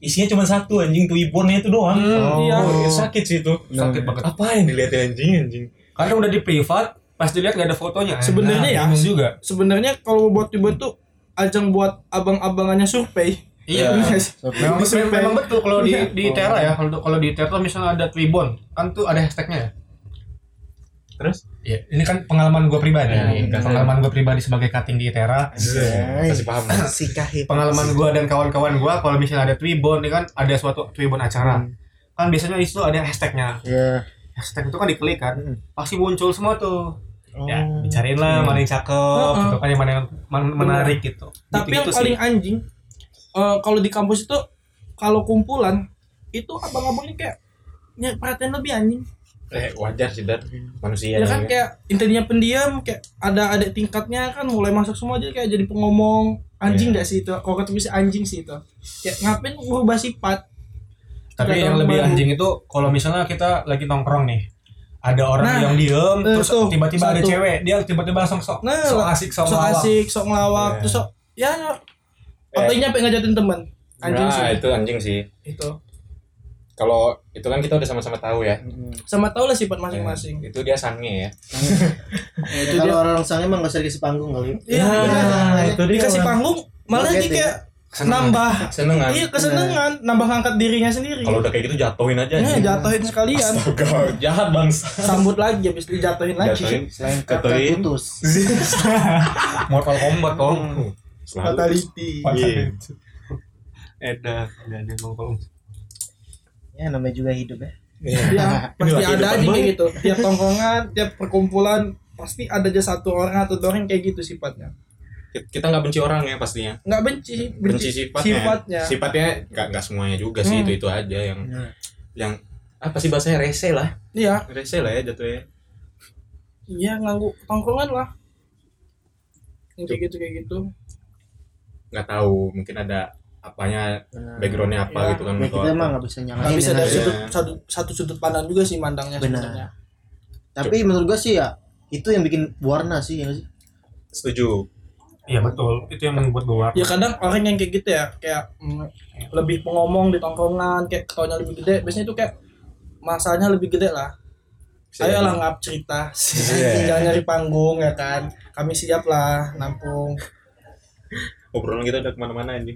Isinya cuma satu anjing tuh ibornya itu doang.
iya.
Oh, sakit sih itu.
sakit banget
Apa yang dilihat anjing anjing?
karena udah di privat pas dilihat gak ada fotonya Nah,
Sebenarnya ya.
bingung juga
sebenarnya kalau buat tiba tuh ajang buat abang-abangannya survei
Iya.
Bener nggak sih?
Memang,
Survei.
memang, memang betul kalau di
Iya.
di Tera ya kalau kalau di Tera tuh misalnya ada Tribon kan tuh ada hashtagnya ya.
Terus?
Iya, ini kan pengalaman gue pribadi.
Ya, iya.
pengalaman gue pribadi sebagai cutting di Tera.
Iya. Kasih paham.
Si kahip.
Pengalaman gue dan kawan-kawan gue kalau misalnya ada Tribon, ini kan ada suatu Tribon acara. Kan biasanya di situ ada hashtagnya.
Ya.
Hashtag itu kan diklik kan,
Hmm.
pasti muncul semua tuh. Ya,
Oh.
dicariin lah mana yang cakep,
Heeh.
gitu kan yang mana yang man- menarik gitu.
tapi yang
Gitu-gitu sih.
paling anjing eh, kalau di kampus itu kalau kumpulan itu abang-abangnya kayak nyari perhatian lebih anjing
Eh, wajar sih Dar. Manusia.
ya kan kayak intinya pendiam kayak ada adik tingkatnya kan mulai masuk semua jadi kayak jadi pengomong anjing
Iya.
nggak sih itu kalau kata bisa anjing sih itu kayak ngapain ngubah sifat
Tapi
Nggak
yang
tahu
lebih
kemana.
anjing itu kalau misalnya kita lagi nongkrong nih, ada orang
Nah,
yang diem,
eh,
terus
tuh,
tiba-tiba ada
satu.
cewek, dia tiba-tiba langsung sok,
Nah,
sok asik, sok,
sok
lawak.
asik sok ngelawak
Iya. Eh.
terus sok ya otaknya sampai ngajatin teman anjing
anjing
sih
Nah, itu anjing sih.
itu
Kalau itu kan kita udah sama-sama tahu
Oh.
ya.
sama tau lah sifat masing-masing
Itu dia sange ya.
Ya, kalau orang sange emang gak usah dikasih panggung kali.
Iya,
Ya,
bener.
itu dia,
dikasih
Wan.
panggung malah
Joget ya.
dia kayak
Kesenangan.
nambah
Seneng kan?
iya kesenangan nambah ngangkat dirinya sendiri
Kalau udah kayak gitu jatuhin aja.
Nah,
anjing.
jatuhin sekalian
Astaga, jahat bangsa.
sambut lagi habis dijatuhin lagi
Jatuhin.
Selain kata
Jatuhin.
putus.
Mortal Kombat kok.
Selalu. Iya.
Edah, udah ada nongkrong.
Ya namanya juga hidup ya.
ya
Inilah
pasti
kehidupan
ada aja kayak
banget.
gitu tiap tongkongan tiap perkumpulan pasti ada aja satu orang atau dua orang yang kayak gitu sifatnya
Kita nggak benci orang ya pastinya.
nggak benci
benci sifatnya
sifatnya
sifatnya nggak nggak semuanya juga sih
Hmm.
itu itu aja yang
Nah,
yang apa sih bahasanya rese lah
iya
rese lah ya jatuhnya
iya nganggu tongkongan lah yang kayak gitu kayak gitu
Iya, nggak tahu mungkin ada apanya
benar.
backgroundnya apa
Ya,
gitu kan
Ya,
atau
kita
apa.
emang gak bisa nyalahin.
nggak bisa
ya,
dari
Nas.
Iya.
sudut satu, satu sudut pandang juga sih mandangnya
Benar.
sebenarnya
Tapi menurut gua sih ya itu yang bikin warna sih ya nggak sih.
setuju
Iya betul, itu yang membuat gue
ya kadang orang yang kayak gitu ya kayak mm, lebih pengomong di tongkrongan kayak ketawanya lebih gede biasanya itu kayak masanya lebih gede lah Ayolah ngap cerita.
Iya.
Jangan nyari panggung ya kan. Kami siap lah nampung.
obrolan kita udah kemana-mana ini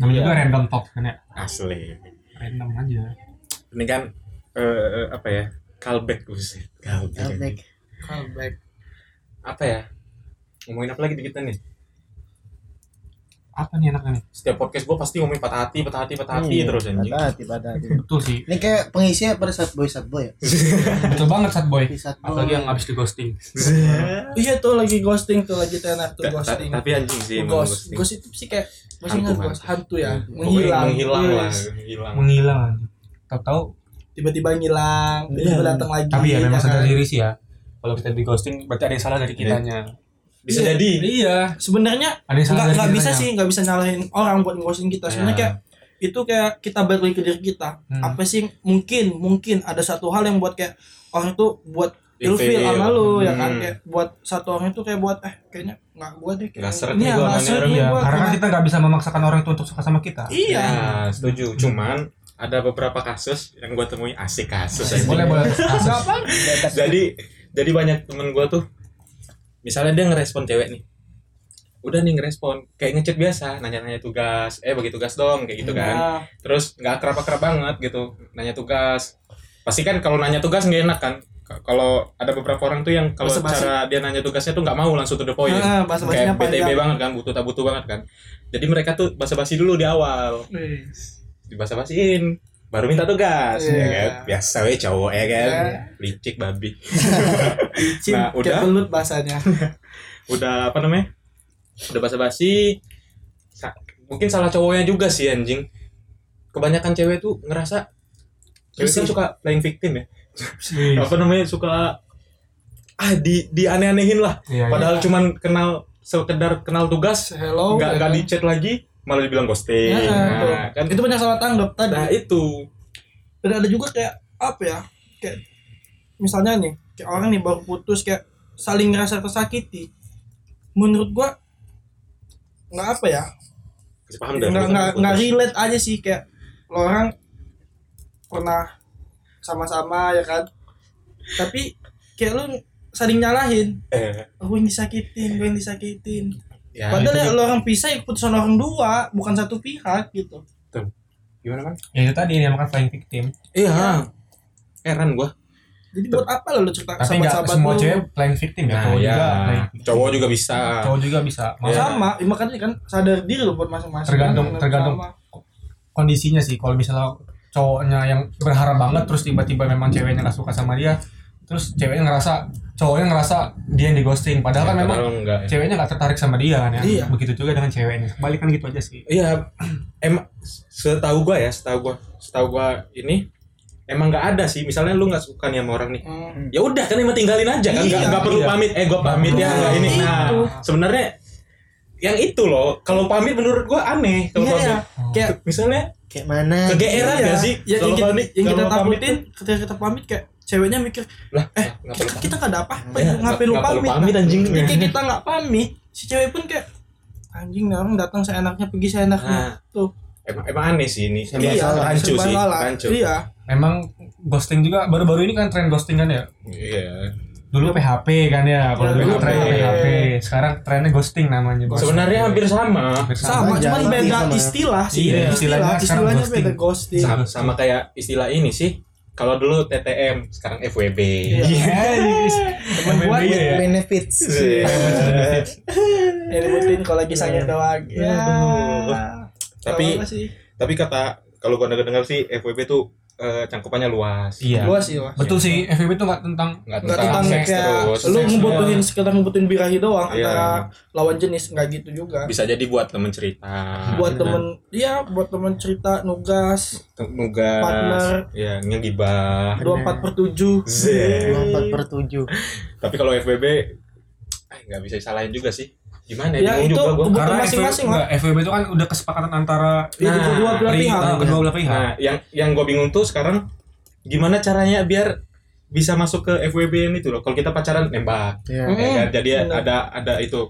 Namanya
Iya.
juga random talk kan ya.
asli
Random aja.
ini kan eh, apa ya callback buset. callback
Outback.
Callback.
apa ya ngomongin apa lagi di kita nih
apa nih enaknya nih
Setiap podcast gue pasti ngomongin patah hati, patah hati, patah hati
Iya,
terus anjing.
patah hati patah hati
betul sih
ini kayak pengisinya pada saat boy saat boy ya
betul banget sad boy
Di saat boy
apalagi yang abis di ghosting
Iya tuh lagi ghosting tuh lagi tenar tuh
Ta- ta-
ghosting.
Tapi anjing sih emang
Ghost,
ghosting.
ghost itu sih kayak ghosting
Hantu,
hantu, ghost, hantu ya,
Pokoknya
menghilang,
menghilang lah,
Yes. Iya.
menghilang.
menghilang anjing. tahu-tahu
Tiba-tiba ngilang, tiba-tiba datang lagi.
tapi ya memang
kan?
sadar diri sih ya kalau kita di ghosting berarti ada yang salah dari kitanya
Bisa
Iya.
jadi.
iya
Sebenarnya
ada yang salah
nggak
dari
nggak bisa
kitanya.
sih, nggak bisa nyalahin orang buat ghosting kita. Sebenarnya
Ya.
kayak itu kayak kita balik lagi ke diri kita.
Hmm.
Apa sih mungkin mungkin ada satu hal yang buat kayak orang itu buat ilfil
Ilfil.
sama lu ya kan
Hmm.
kayak buat satu orang itu kayak buat eh kayaknya nggak gua deh kayak
Nggak seret
Iya,
nih gua
nggak
sama nih
seret
orang.
nih
Iya,
gua.
karena kan kita nggak bisa memaksakan orang itu untuk suka sama kita.
iya
Ya, setuju. Cuman ada beberapa kasus yang gue temui asik kasus.
Asik,
anjing.
Iya, boleh
Iya.
boleh. Asik.
Kan? jadi jadi banyak temen gue tuh misalnya dia ngerespon cewek nih udah nih ngerespon kayak ngechat biasa nanya-nanya tugas eh bagi tugas dong kayak gitu kan
Nah,
terus nggak kerap kerap banget gitu nanya tugas pasti kan kalau nanya tugas nggak enak kan K- kalau ada beberapa orang tuh yang kalau
Basa-basi.
cara dia nanya tugasnya tuh nggak mau langsung to the point
Ah, basa-basinya
Oh, iya. kayak BTB
panjang.
banget kan butuh tak butuh banget kan jadi mereka tuh basa-basi dulu di awal
wis.
dibasa-basiin baru minta tugas
Iya.
ya kan biasa we cowok ya kan
Iya.
licik babi
Cin,
Nah,
kayak
udah.
belut bahasanya
udah apa namanya udah basa-basi Sa- mungkin salah cowoknya juga sih anjing kebanyakan cewek tuh ngerasa cewek kan
Pusing.
suka playing victim ya
Iya,
apa namanya suka ah di di aneh-anehin lah
Iya,
padahal cuman kenal sekedar kenal tugas
hello
nggak
ya
nggak
kan?
di chat lagi malah dibilang ghosting
Ya,
nah, kan
itu banyak salah tanggap tadi
nah itu
dan ada juga kayak apa ya kayak misalnya nih kayak orang nih baru putus kayak saling ngerasa tersakiti menurut gua nggak apa ya
Kasih paham dah
nggak
bukan
nggak
putus.
nggak relate aja sih kayak lo orang pernah sama-sama ya kan tapi kayak lu saling nyalahin
eh,
gue yang disakitin gue yang disakitin
ya,
padahal
itu
ya lo orang pisah ya keputusan orang dua bukan satu pihak gitu
gimana man
Ya itu tadi yang makan flying victim.
iya heran gua
jadi buat apa lo lu cerita ke
Tapi nggak
sahabat-sahabat
semua
lu? Nah, iya.
cewek flying victim ya, cowok juga. flying victim.
cowok juga bisa
Cowok juga bisa. Maksud-
Iya.
sama ya, makanya kan sadar diri lo buat masing-masing
Tergantung-
Sama.
tergantung. Kondisinya sih kalau misalnya cowoknya yang berharap banget terus tiba-tiba memang ceweknya nggak suka sama dia, terus ceweknya ngerasa cowoknya ngerasa dia yang di ghosting padahal kan
Ya,
memang
padahal enggak ya.
ceweknya nggak tertarik sama dia kan ya.
Iya.
Begitu juga dengan ceweknya. Balik kan gitu aja sih.
Iya, em setahu gua ya, setahu gua, setahu gua ini emang nggak ada sih. Misalnya lu nggak suka nih sama orang nih,
Hmm.
ya udah kan emang tinggalin aja kan, nggak
Iya,
nggak perlu
iya.
pamit. Eh gua pamit ya
Nah,
nggak ini.
itu.
Nah, sebenarnya yang itu loh, kalau pamit menurut gua aneh. Kalau
iya ya
pamit,
kayak
misalnya
kayak mana
kegeeran
iya.
gak sih?
ya, yang,
kalau
kita,
pamit,
yang kita
kalau pamit
takutin ketika kita pamit kayak ceweknya mikir
lah, nggak
eh kita,
perlu pamit.
kita nggak ada apa-apa
Iya,
ngapain lu
nggak perlu
pamit,
pamit,
Nah,
anjing.
ketika kita nggak pamit si cewek pun kayak anjing nih orang datang seenaknya pergi
Nah,
seenaknya tuh
emang, emang aneh sih ini. Ini
Iya,
iya, rancu
serba
sih,
salah.
rancu.
iya
Memang ghosting juga baru-baru ini kan tren ghosting kan ya.
Iya.
dulu PHP kan ya kalau
Iya,
dulu
PHP.
tren PHP sekarang trennya ghosting namanya bos
Sebenarnya hampir sama.
Hampir
sama
Sama,
cuman
jangan
beda
sama.
istilah sih
Iya,
istilahnya
istilah
sekarang
istilahnya
ghosting.
beda ghosting
sama, sama kayak istilah ini sih kalau dulu TTM sekarang FWB
Iya.
temen
gua
gue
iya.
benefits
Iya.
ya dibutuhin kalau lagi sakit doang ya
tapi
Kalau gua sih
tapi kata kalau gua dengar-dengar sih FWB tuh eh, cangkupannya luas
iya
gua sih Mas.
betul sih FVB itu nggak tentang
nggak
Enggak
tentang,
tentang
seks
kayak
terus
lu
Seks
ngebutuhin sekedar ngebutuhin birahi doang
Iya.
antara lawan jenis enggak gitu juga.
bisa jadi buat temen cerita
buat
Nah,
temen iya buat temen cerita nugas
tem- nugas
partner.
ya ngegibah
24 per Nah, 7
Zeh.
dua empat per tujuh
tapi kalau FWB eh, nggak bisa disalahin juga sih gimana
Ya,
bingung
itu
juga gua.
kebutuhan
karena
masing-masing,
FVB, nggak, FVB itu kan udah kesepakatan antara
Iya,
Nah,
kedua belah
ri-
pihak.
eh, kedua belah pihak
nah yang yang gua bingung tuh sekarang gimana caranya biar bisa masuk ke FWB ini tuh loh kalau kita pacaran nembak
Hmm,
Ya
ya
kan? jadi
bener.
ada ada itu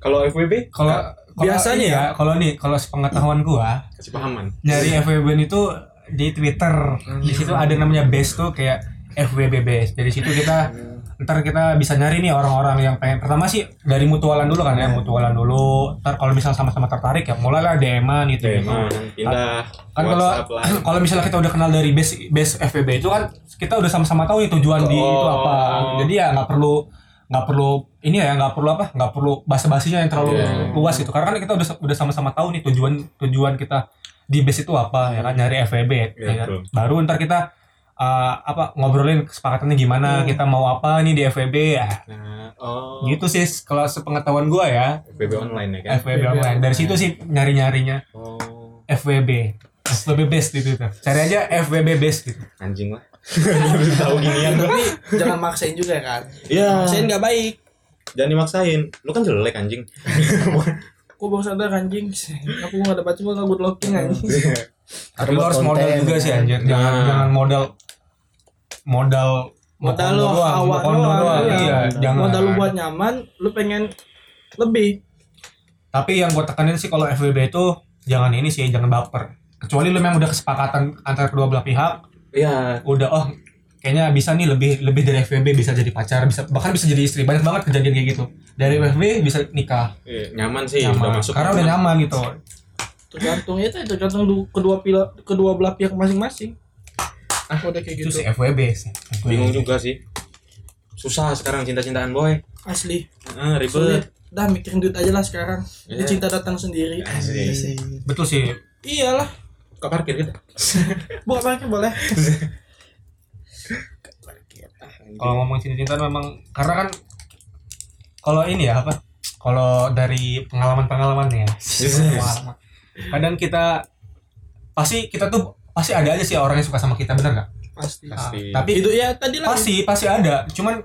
kalau FWB
kalau kalau
Biasanya
iya, kalau nih kalau sepengetahuan gua
kasih pahaman
nyari FVB itu di Twitter di situ ada namanya base tuh kayak FVB base dari situ kita ntar kita bisa nyari nih orang-orang yang pengen pertama sih dari mutualan dulu kan ya mutualan dulu ntar kalau misal sama-sama tertarik ya mulailah DM-an gitu
Teman, pindah
kan kalau
WhatsApp lah
kalau misalnya kita udah kenal dari base base FVB itu kan kita udah sama-sama tahu ya tujuan di
Oh.
itu apa jadi ya nggak perlu nggak perlu ini ya nggak perlu apa nggak perlu bahasa basinya yang terlalu
Iya.
luas gitu karena kan kita udah udah sama-sama tahu nih tujuan tujuan kita di base itu apa ya kan nyari FVB ya,
Iya,
kan?
betul.
baru ntar kita eh, apa ngobrolin kesepakatannya gimana kita mau apa nih di FVB ya
Nah, oh.
gitu sih kalau sepengetahuan gua ya
FBB online ya kan?
FVB online dari situ sih nyari nyarinya
Oh,
FVB FVB best di Twitter gitu, cari aja FVB best gitu
anjing lah. Harus tahu ginian
tapi jangan maksain juga kan
Iya.
maksain nggak baik
Jangan dimaksain. Lu kan jelek anjing.
aku baru sadar anjing aku nggak dapat cuma aku blocking anjing
tapi lu harus
konten,
modal juga sih anjir jangan
Nah.
jangan modal modal
modal
mau
lo
kondo doang,
awal
mau kondo
doang,
doang.
iya.
iya jangan
modal lu buat nyaman lu pengen lebih
tapi yang gue tekanin sih kalau FWB itu jangan ini sih jangan baper kecuali lu memang udah kesepakatan antara kedua belah pihak
Iya.
udah oh kayaknya bisa nih lebih lebih dari FWB bisa jadi pacar bisa bahkan bisa jadi istri banyak banget kejadian kayak gitu dari FWB bisa nikah
Iya, nyaman sih udah
nyaman.
masuk.
karena udah nyaman gitu
tergantung itu tergantung du- kedua pila, kedua belah pihak masing-masing ah udah kayak
itu
gitu
sih FWB sih
Bingung juga sih. Susah sekarang cinta-cintaan boy.
asli
Ah, ribet.
sulit dah mikirin duit aja lah sekarang
Iya.
Ini cinta datang
Iya
sendiri
Asik.
betul sih
iyalah
Ke parkir
gitu.
kita.
buka parkir boleh
kalau ngomong cinta-cintaan memang karena kan kalau ini ya apa kalau dari pengalaman-pengalamannya pengalaman. kadang kita pasti kita tuh pasti ada aja sih orang yang suka sama kita bener nggak
pasti
Ah,
Pasti.
tapi
itu ya tadi lah
pasti pasti ada cuman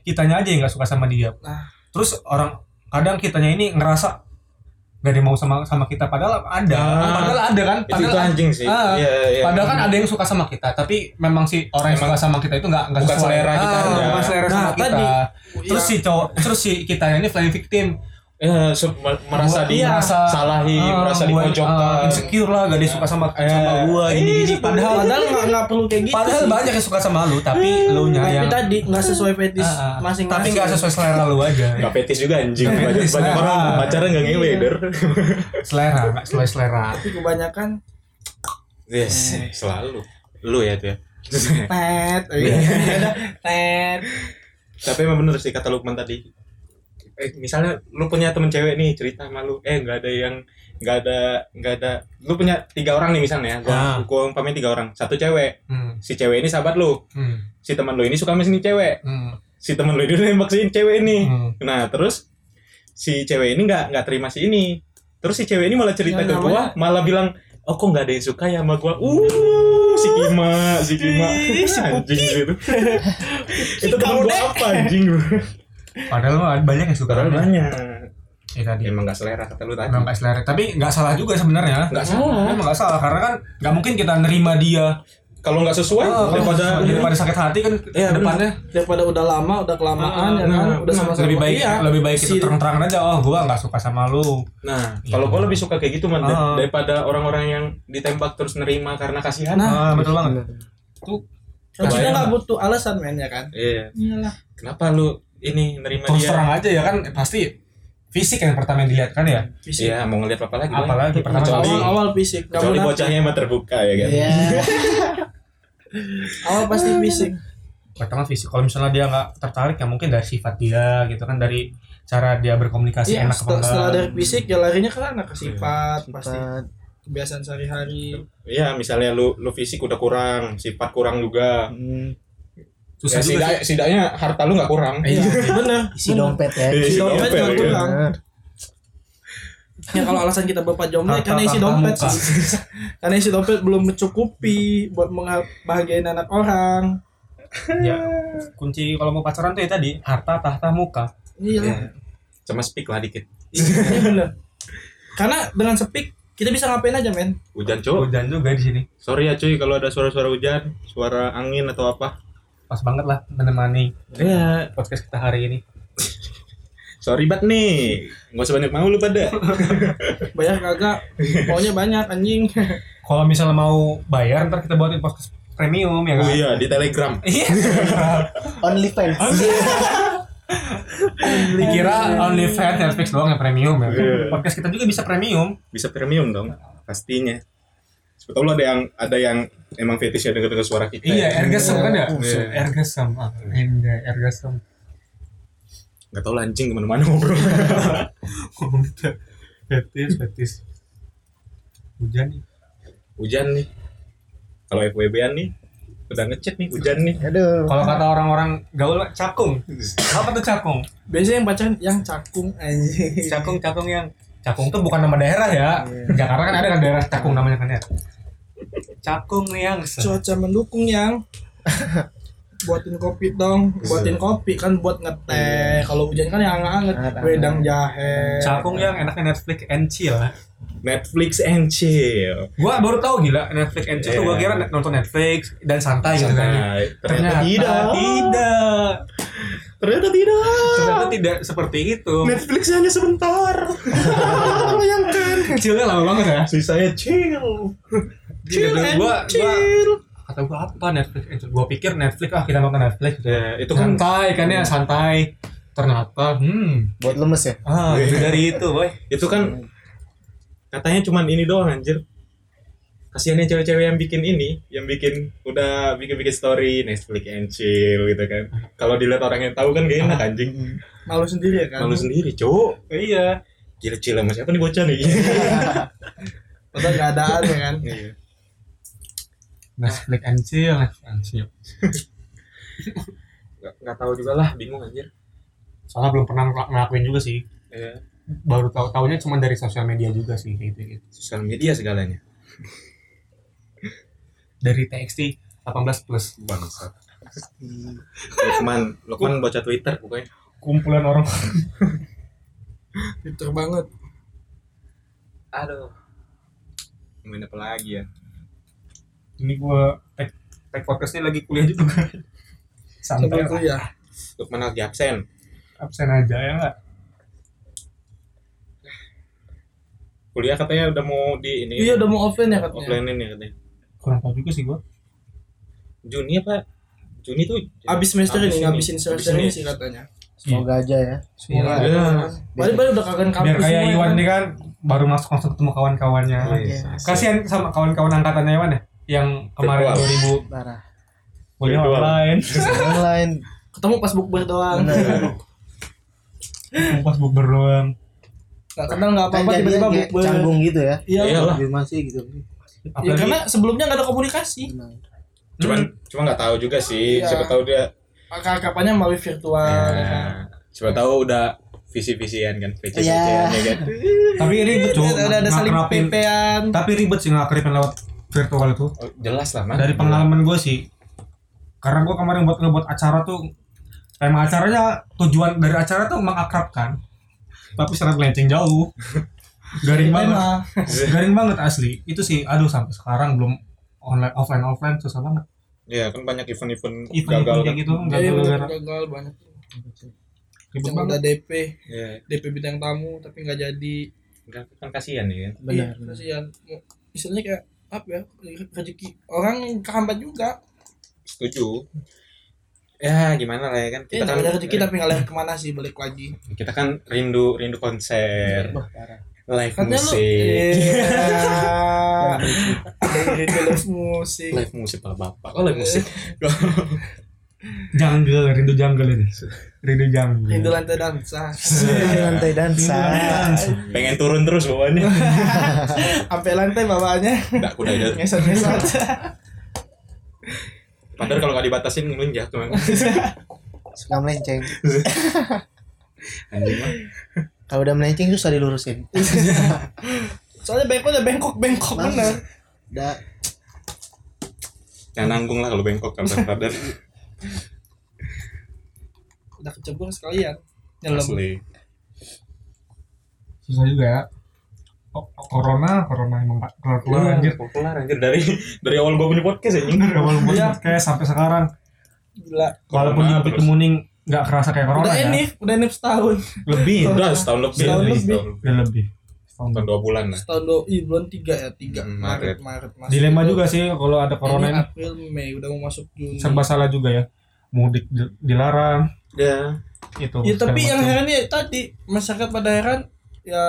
kitanya aja yang nggak suka sama dia
Nah.
terus orang kadang kitanya ini ngerasa gak ada yang mau sama sama kita padahal ada
Ah.
padahal ada kan
Itu,
padahal
itu anjing sih.
Ah,
Iya, iya.
Padahal kan ada yang suka sama kita, tapi memang si orang yang suka sama kita itu nggak nggak
Bukan
sesuai.
selera kita ya.
Ah,
aja.
bukan selera
Nah,
sama kita.
tadi.
Terus
iya.
si cowok, terus si kita ini playing victim,
Ya, se- mer- merasa
Gua-
di
iya.
salahi,
Ah,
merasa
gua- ah,
dipojokkan.
insecure lah, gak ada yang suka sama
Eh,
sama gua ini. ini.
Iya, padahal
Padahal
padahal nggak nggak perlu kayak gitu
padahal
sih.
banyak yang suka sama lu, tapi
Eh,
lu nya
tapi
yang
tadi nggak sesuai fetish
Ah, ah.
masing-masing
tapi nggak sesuai selera lu aja.
Gak petis juga anjing.
Nggak Iya.
Banyak,
petis,
banyak
nah.
orang pacaran gak ngewe, Der.
Selera, nggak sesuai selera.
tapi kebanyakan
Yes, selalu. Lu ya itu ya.
tet oh iya. Ada, tet
Tapi emang bener sih kata Lukman tadi. Eh, misalnya lu punya temen cewek nih cerita sama lu, eh nggak ada yang nggak ada nggak ada. Lu punya tiga orang nih misalnya, ya.
Ah.
gua gua umpamin tiga orang, satu cewek.
Hmm,
Si cewek ini sahabat lu,
hmm,
si teman lu ini suka sama sini cewek,
hmm,
si teman lu ini udah nembak si cewek ini.
hmm.
Nah terus si cewek ini nggak nggak terima si ini. Terus si cewek ini malah cerita ke
Ya,
gua, malah bilang, oh kok nggak ada yang suka ya sama gua. Uh, si Kima, si Kima,
Ih, si
anjing gitu. Itu temen gua apa anjing?
Padahal mah banyak yang suka
Padahal
sama lu.
banyak.
Ya tadi.
Emang nggak selera kata lu tadi.
Emang nggak selera, tapi nggak salah juga sebenarnya.
Nggak salah.
Emang nggak salah karena kan nggak mungkin kita nerima dia
Kalau nggak sesuai,
Oh,
daripada
daripada daripada sakit hati kan
Iya,
depannya
daripada udah lama udah kelamaan ya kan
nah,
udah
nah,
sama-sama
Ah, lebih baik
Iya.
lebih baik kita
Si-
terang-terangan aja oh gua nggak suka sama lu
Nah,
Iya.
kalau gua lebih suka kayak gitu man Dar-
Ah.
daripada orang-orang yang ditembak terus nerima karena kasihan.
ah,
Nah.
betul banget tuh
Maksudnya
Bayang.
nggak butuh alasan men ya kan
Iya.
iyalah
Kenapa lu ini nerima
terus
dia?
terang aja ya kan pasti fisik yang pertama yang dilihat kan ya
fisik
Iya, mau ngeliat apa lagi? Bang?
apalagi pertama
Kecuali-
kali
awal awal fisik Nggak
Kecuali
munafik.
bocahnya emang terbuka ya kan.
Iya.
awal pasti fisik
pertama fisik kalau misalnya dia nggak tertarik ya mungkin dari sifat dia gitu kan dari cara dia berkomunikasi
Iya,
enak apa
setelah, setelah
enggak
dari fisik ya larinya ke sana ke sifat pasti
Sifat.
kebiasaan sehari-hari
Iya, misalnya lu lu fisik udah kurang, sifat kurang juga.
Hmm,
susah
Iya,
ya,
juga
sida-
sih.
setidaknya harta lu nggak kurang.
Iya.
bener
Isi
bener.
dompet ya.
Iya,
isi dompet nggak
ya.
kurang
Bener.
ya kalau alasan kita bapak jomblo ya
Tata-
karena isi
tata
dompet
muka.
sih. karena isi dompet belum mencukupi buat mengbahagiain anak orang
ya kunci kalau mau pacaran tuh ya tadi harta tahta muka
Iya.
iya
Sama speak lah dikit.
iya bener karena dengan sepik kita bisa ngapain aja men
Hujan, cuy.
hujan juga di sini
Sorry ya, cuy kalau ada suara-suara hujan, suara angin atau apa.
pas banget lah menemani
Iya.
podcast kita hari ini
Sorry banget nih. Nggak usah banyak mau lu pada.
bayar kagak maunya banyak anjing
kalau misalnya mau bayar ntar kita buatin podcast premium ya kan
Oh iya, di Telegram.
Iya.
Only fans.
dikira OnlyFans Netflix doang yang premium ya
Iya.
podcast kita juga bisa premium
Bisa premium dong, pastinya. Sebetulnya ada yang ada yang emang fetishnya ya. denger-denger suara kita.
iya
Iya, ya.
ergasem kan ya
Iya.
ergasem Ah, enggak ergasem
nggak tahu lancing kemana-mana ngobrol
ngomong gitu fetis fetis hujan nih
hujan nih kalau FWB-an nih udah ngecek nih hujan nih
Aduh.
kalau kata orang-orang gaul cakung apa tuh cakung
Biasanya yang pacaran yang cakung anjing.
cakung cakung yang cakung tuh bukan nama daerah ya Jakarta kan ada kan daerah cakung namanya kan ya cakung yang se-
Cuaca mendukung yang buatin kopi dong, buatin kopi kan buat ngeteh. Kalau hujan kan yang anget,
Anget-anget.
wedang jahe.
cakung yang enaknya Netflix and chill
Netflix and chill
gua baru tahu gila Netflix and chill tuh gua kira
Iya.
nonton Netflix dan santai gitu kan
nah,
ternyata
ternyata tidak
tidak
ternyata tidak
ternyata tidak seperti itu
Netflix hanya sebentar bayangkan
chillnya lama banget ya
sisanya chill
Gila,
and
gua, gua kata gua apa Netflix and chill. gua pikir Netflix ah kita nonton Netflix gitu ya.
Ya, itu kan
santai kan ya santai ternyata hmm
Buat lemes ya?
ah lebih dari itu boy
itu kan katanya cuman ini doang anjir kasihannya cewek-cewek yang bikin ini yang bikin udah bikin-bikin story Netflix and chill gitu kan kalau dilihat orang yang tahu kan gak enak anjing
Malu sendiri ya kan?
malu sendiri cowok
iya
gila chill sama siapa nih bocah nih
Padahal keadaan ya kan.
Iya.
Netflix and chill Netflix and chill
nggak nggak tahu juga lah bingung anjir
soalnya belum pernah ngel- ngelakuin juga sih
ya,
baru tahu tahunya cuma dari sosial media juga sih kayak gitu gitu
sosial media segalanya
dari TXT 18 plus
bangsat Lukman Lukman bocah Twitter pokoknya
kumpulan orang
Pinter banget.
aduh main apa lagi ya
ini gua tag tag podcastnya lagi kuliah juga
Sampai ya.
santai lah,
kuliah.
Lukman lagi absen
absen aja ya nggak
kuliah katanya udah mau di ini
Iya udah mau offline ya katanya.
offline ini katanya
kurang tahu juga sih gua
Juni apa? Juni tuh
Abis semester ini,
ini.
ngabisin semester
Abis
ini
ini.
sih katanya.
Semoga aja ya.
Iya.
Semoga.
Padahal udah kangen kampus.
biar kayak
semua,
Iwan
kan?
nih kan baru masuk langsung ketemu kawan-kawannya
Iya.
kasihan sama kawan-kawan angkatannya Iwan ya yang kemarin
Virtual.
2000
Parah.
kuliah
Virtual. Iya.
online
Yang lain.
Ketemu pas bukber doang.
Bener.
pas bukber doang
Gak kenal gak
Kan
apa-apa
jadinya
tiba-tiba
kayak
bukber.
canggung gitu ya.
Iya.
Iya. Iyalah.
Masih gitu.
Ya,
apalagi
karena sebelumnya gak ada komunikasi.
Tenang.
Cuman cuma nggak tahu juga sih.
Hmm. Iya.
Siapa tahu dia
Kakak-kakaknya melalui virtual.
Iya.
ya kan.
Nah, siapa tahu udah visi-visian
Iya.
kan, visi-visian ya kan.
tapi ribet tuh
Udah ada saling
ngakrapin
PP-an.
tapi ribet sih ngakrapin lewat virtual itu
Oh, jelas
Nah,
lah, Mas.
dari
gitu.
pengalaman gue sih karena gue kemarin buat ngebuat acara tuh tema acaranya tujuan dari acara tuh mengakrabkan tapi sangat melenceng jauh garing banget
Memang.
garing banget asli itu sih aduh sampai sekarang belum online offline offline susah banget
Iya, kan banyak event-event
event
gagal
kayak
kan.
gitu
Iya,
gagal
bener,
gagal
gagal banyak.
ribet
Yang
banget
udah DP,
Iya.
DP bintang tamu tapi gak jadi.
Kan, kan kasihan ya. kan.
Benar.
Iya, kasihan. Istilahnya kayak apa ya? Rezeki orang kehambat juga.
Setuju. Ya, gimana lah ya kan. Kita
Kita
kan
ada rezeki tapi ngalir kemana sih balik lagi?
kita kan rindu rindu konser,
Wah, parah.
live
Katanya lu
musik.
Iya. Ada yang rindu les Iya. musik.
Live musik kalau bapak. Oh, live musik.
jungle rindu jungle ini rindu jungle
Rindu lantai dansa.
Lantai
Iya.
dansa.
Pengen turun terus bawahnya.
Sampai lantai bawaannya
Enggak kuda aja.
ngesot-ngesot.
Padahal kalau nggak dibatasin melunjak tuh.
Suka melenceng.
Anjing mah.
Kalau udah melenceng susah dilurusin.
Soalnya bengkok udah bengkok-bengkok
Maaf.
bener.
Udah
Jangan nanggung lah kalau bengkok kalau sadar
Udah kecebur sekalian. Nyelam.
asli.
susah juga ya Oh, corona corona emang nggak keluar keluar
Iya.
Keluar anjir, keluar
anjir
Iya, anjir dari dari awal gua punya podcast anjing.
Bener, awal buat
Iya.
podcast sampai sekarang
Gila.
walaupun
Corona
di
terus.
Kemuning nggak kerasa kayak corona
Udah
ya
enif, udah enif setahun.
lebih
Iya, Udah setahun lebih.
Setahun lebih.
udah lebih Setahun
Tahun
lebih.
dua bulan lah.
Setahun do, ih bulan tiga ya tiga.
Hmm,
Maret, Maret. Maret
dilema juga sih kalau ada corona
Ini
ini
April, Mei udah mau masuk Juni.
serba salah juga ya mudik di- dilarang
Ya.
itu
Ya
segala
tapi yang
macam.
heran ya tadi masyarakat pada heran ya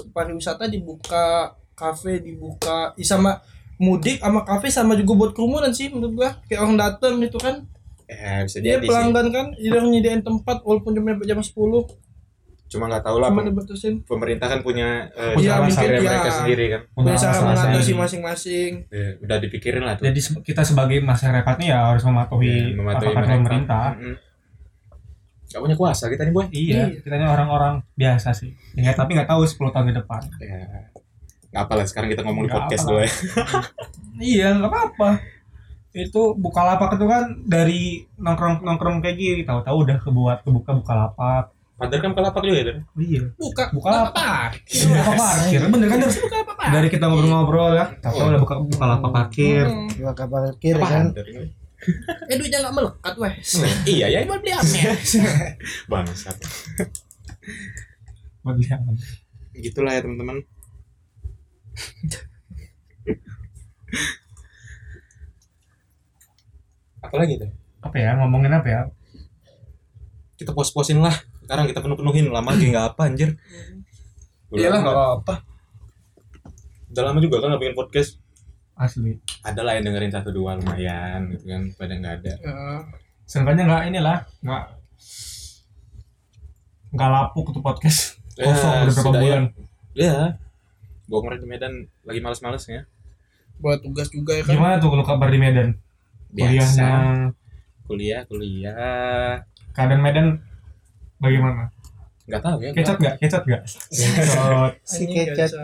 pariwisata dibuka, kafe dibuka, Ih, sama mudik sama kafe sama juga buat kerumunan sih menurut gua. Kayak orang datang gitu kan
ya bisa
dia
jadi sih
pelanggan kan dia nyediain tempat walaupun cuma jam 10
cuma nggak tahu lah
cuma
pem-
dibatasin
pemerintah kan punya eh,
Punya
cara
alasan,
sendiri
iya.
mereka sendiri kan
Punya
biasa
alasan
mengatasi
sendiri.
masing-masing
Ya, udah dipikirin lah tuh
Jadi se- kita sebagai masyarakatnya ya harus mematuhi,
Ya, mematuhi
apa kata
mereka.
pemerintah.
Mm-mm. Nggak punya kuasa kita nih boy
Iya, kita ini orang-orang biasa sih. Ya, tapi nggak tahu 10 tahun ke depan.
ya nggak apa lah sekarang kita ngomong di
Nggak
podcast
apa
dulu
lah.
ya
Iya, nggak apa-apa. Itu bukalapak itu kan dari nongkrong nongkrong kayak gini, tahu-tahu udah kebuat kebuka bukalapak.
padahal kan kelapak juga ya
Iya.
buka
Bukalapak.
parkir
Buka parkir, bener kan dari,
buka apa
Iya.
Hmm.
dari kita ngobrol-ngobrol ya, tahu-tahu udah buka bukalapak parkir.
Gua ke
Iya,
parkir
Apaan?
kan.
eh duitnya nggak melekat weh
iya ya
buat beli amer
bangsat
Buat beli apa?
gitulah ya teman-teman apalagi tuh
Apa ya ngomongin apa ya?
kita pos-posin lah sekarang kita penuh-penuhin lama lagi nggak apa anjir Iya
apa-apa.
udah lama juga kan nggak bikin podcast
Asli.
ada lah yang dengerin satu dua lumayan gitu kan pada nggak ada
Ya,
Seenggaknya nggak inilah, nggak nggak lapuk tuh podcast.
Eh,
Kosong udah Oh, berapa
sudah
bulan.
ya gue kemarin di Medan lagi ya. males-malesnya
buat tugas juga ya kan
Gimana tuh kalau kabar di Medan?
biasa
Kuliahnya,
kuliah kuliah
keadaan Medan bagaimana?
nggak tahu ya
Kecot
gua.
nggak? Kecot nggak? Kecot.
Si
Anjing,
kecet.
biasa.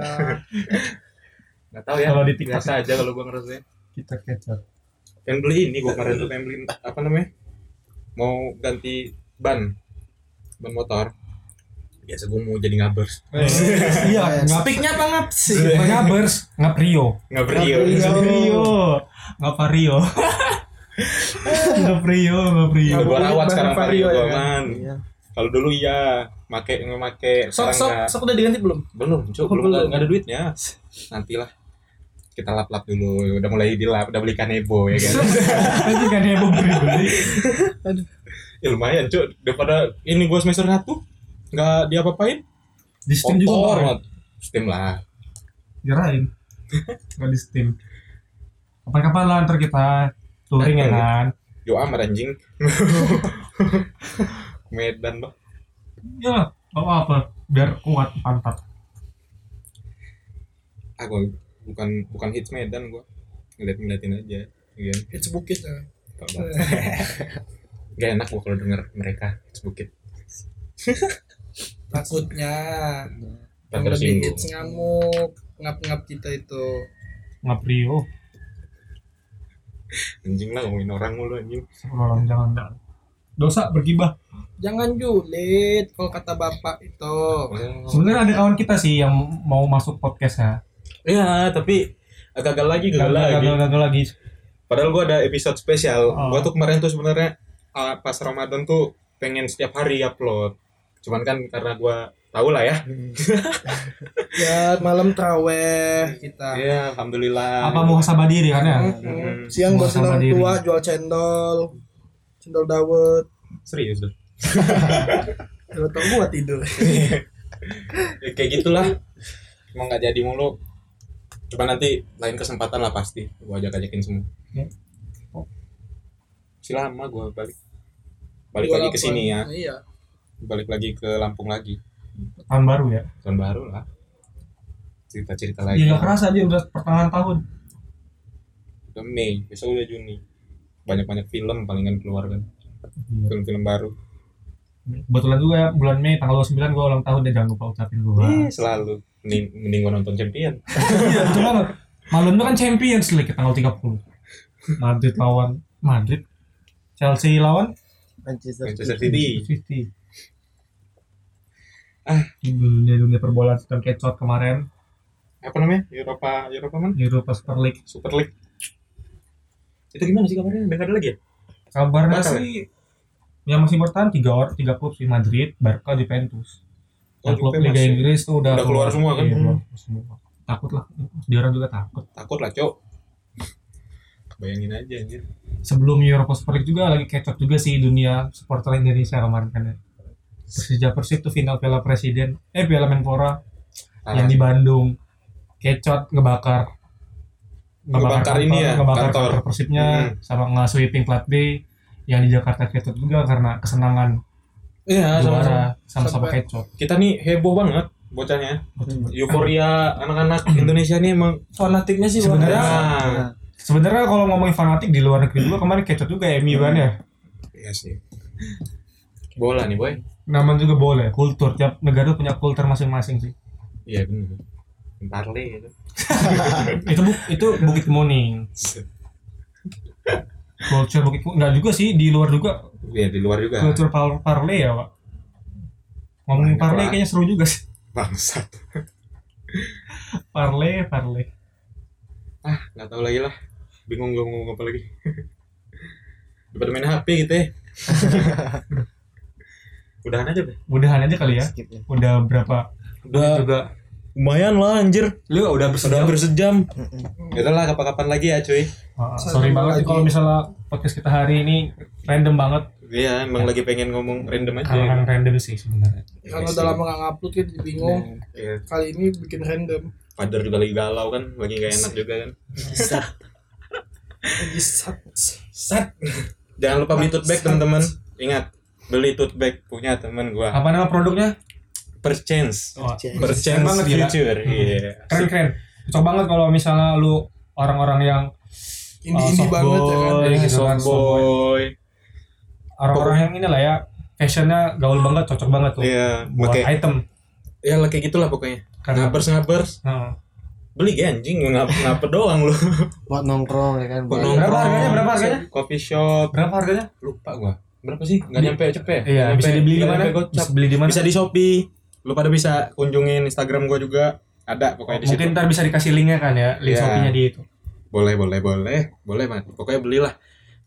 nggak tahu ya
Kalau di TikTok.
biasa aja kalau gue ngerasain
Kita kecot.
pengen beli ini gue kemarin tuh pengen beli apa namanya mau ganti ban ban motor biasa gue mau jadi ngabers
Iya, ngapik
Piknya apa ngap sih?
Iya, ngabers, ngaprio.
ngabrio
Ngaprio. Ngapario. Ngaprio, ngaprio.
gue Iya, rawat
Ban
sekarang vario
vario ya
gue
kan?
man kalau dulu iya make ngemake
Sok
sekarang
sok
nggak.
sok udah diganti belum?
belum cuk
Oh,
belum nggak
belum.
nggak ada duitnya nantilah kita lap lap dulu udah mulai dilap udah beli kanebo ya kan
Nanti kan heboh beli-beli.
ya lumayan cuk daripada ini gue semester satu nggak diapa-apain
Di Steam juga
kotor
nggak?
banget. steam lah
Kirain. Nggak di Steam. Kapan-kapan lah ntar kita touring ya kan.
Yo amat anjing. Medan loh.
Iya, apa apa biar kuat pantat.
Ah gua bukan bukan hits Medan gua. Ngeliat ngeliatin aja. Iya.
It's bukit ya.
Gak apa-apa. Gak enak gua kalau denger mereka hits bukit.
Takutnya yang
Takut
lebih
singgung.
hits ngamuk ngap-ngap kita itu.
Ngaprio.
Anjing lah ngomongin orang mulu anjing.
Tolong jangan dah. Dosa bergibah.
Jangan julid kalau kata bapak itu. Oh.
Sebenarnya ada kawan kita sih yang mau masuk podcast ya.
Ya, tapi agak-agak lagi gagal Iya, lagi.
Gagal-gagal lagi.
Padahal gua ada episode spesial.
Oh.
Gua tuh kemarin tuh sebenarnya uh, pas Ramadan tuh pengen setiap hari upload. Cuman kan karena gua tahu lah ya.
Ya malam traweh kita.
Iya, alhamdulillah.
Nah. Apa muhasabah diri kan ya?
Mm-mm.
Hmm,
Siang
Buat
bosan
sama
orang
diri.
tua jual cendol. Cendol dawet.
serius loh.
Lo tau gua tidur.
ya, kayak gitulah emang nggak jadi mulu coba nanti lain kesempatan lah pasti gua ajak ajakin semua
Ya.
Oh. masih lama gua balik balik lagi ke sini ya
Iya.
balik lagi ke Lampung lagi
Tahun baru ya.
tahun baru lah cerita cerita
Iya
lagi
nggak kerasa dia udah pertengahan tahun.
udah Mei besok udah Juni banyak banyak film palingan keluar kan film film baru
Kebetulan juga ya, bulan Mei tanggal 29 gua ulang tahun dan jangan lupa ucapin gua.
Ih, selalu mending, mending gua nonton champion
Iya, betul banget. Malam itu kan Champions League tanggal 30. Madrid lawan Madrid. Chelsea lawan
Manchester
Manchester
City.
City
City.
Ah.
dunia dunia perbolaan sedang kecot kemarin
apa namanya Eropa Eropa mana
Europa Super League.
Super League itu gimana sih kabarnya dengar lagi ya
Kabarnya
Bakal
sih
ya?
yang masih bertahan tiga orang tiga klub sih Madrid, Barca, Juventus.
Oh,
Yang klub
Juve
Liga
masih-
Inggris tuh udah,
udah keluar semua kan?
Iya, keluar semua. Takut lah, di orang juga takut.
takut lah cok bayangin aja anjir
Sebelum Europa Super League juga lagi kecot juga sih dunia supporter Indonesia kemarin kan ya. Persija Persib tuh final Piala Presiden, eh Piala Menpora
Parah.
yang di Bandung kecot ngebakar
Ngebakar ini ya,
ngebakar
kantor.
kantor persibnya
Hmm.
sama nge-sweeping plat B yang di Jakarta Ketchup juga karena kesenangan
Iya, sama-sama.
juara sama-sama
Sampai-
kecot.
Kita nih heboh banget bocahnya. Euforia anak-anak
Hmm.
Indonesia nih emang
fanatiknya sih Bang.
Sebenarnya-
Ya,
nah.
Sebenarnya kalau ngomongin fanatik di luar negeri juga kemarin kecot juga ya MU kan ya.
Iya sih. Bola nih, boy.
Namanya juga boleh, kultur tiap negara punya kultur masing-masing sih.
Iya, benar. Parle gitu.
itu bu itu Bukit Muning. Culture Bukit Muning enggak juga sih di luar juga
Iya, di luar juga.
culture par parley ya, Pak. Ngomongin
Banyak,
parley
Pak.
kayaknya seru juga sih.
Bangsat.
Parley, parley.
Ah, Nggak tahu lagi lah. Bingung gue ngomong apa lagi. Daripada main HP gitu ya. Udahan aja, Be.
Mudahan aja kali ya.
skip ya
Udah berapa?
Udah
juga
lumayan lah anjir.
lu udah
Sudah hampir sejam. Ya lah kapan-kapan lagi ya, cuy.
Ah, sorry banget nih kalau misalnya podcast kita hari ini random banget
Iya, emang lagi pengen ngomong random aja.
kalangan random sih sebenarnya
karena udah lama gak ngupload kan jadi bingung
Iya.
kali ini bikin random
Ah,
Father juga lagi galau kan, lagi gak enak juga kan.
lagi sat
Sat. Jangan lupa beli tote bag teman-teman. Ingat, beli tote bag punya teman gua.
apa nama produknya
Perchance.
Wah,
Perchance
Oh. Keren banget, gila. Hmm.
future. Iya.
keren keren cocok banget kalau misalnya lu orang-orang yang
indie
Oh,
indie
soft
banget ya kan
boy.
Ya,
Iya,
Soft boy.
orang-orang yang ini lah ya fashionnya gaul banget cocok banget tuh
Iya,
buat
pakai
item
ya lah kayak gitulah pokoknya.
karena
Ngapers ngapers.
Nah,
Beli gak anjing ngap ngaper doang lu.
buat nongkrong ya kan buat
Nongkrong.
berapa harganya berapa harganya
Coffee shop.
berapa harganya
Lupa gua. Berapa sih? Gak nyampe cepet.
iya bisa dibeli di mana bisa beli di mana
Bisa di Shopee. Lu pada bisa kunjungin Instagram gua juga. Ada pokoknya di situ.
mungkin ntar bisa dikasih linknya kan ya link
Iya.
shopee-nya di itu
boleh boleh boleh boleh banget pokoknya belilah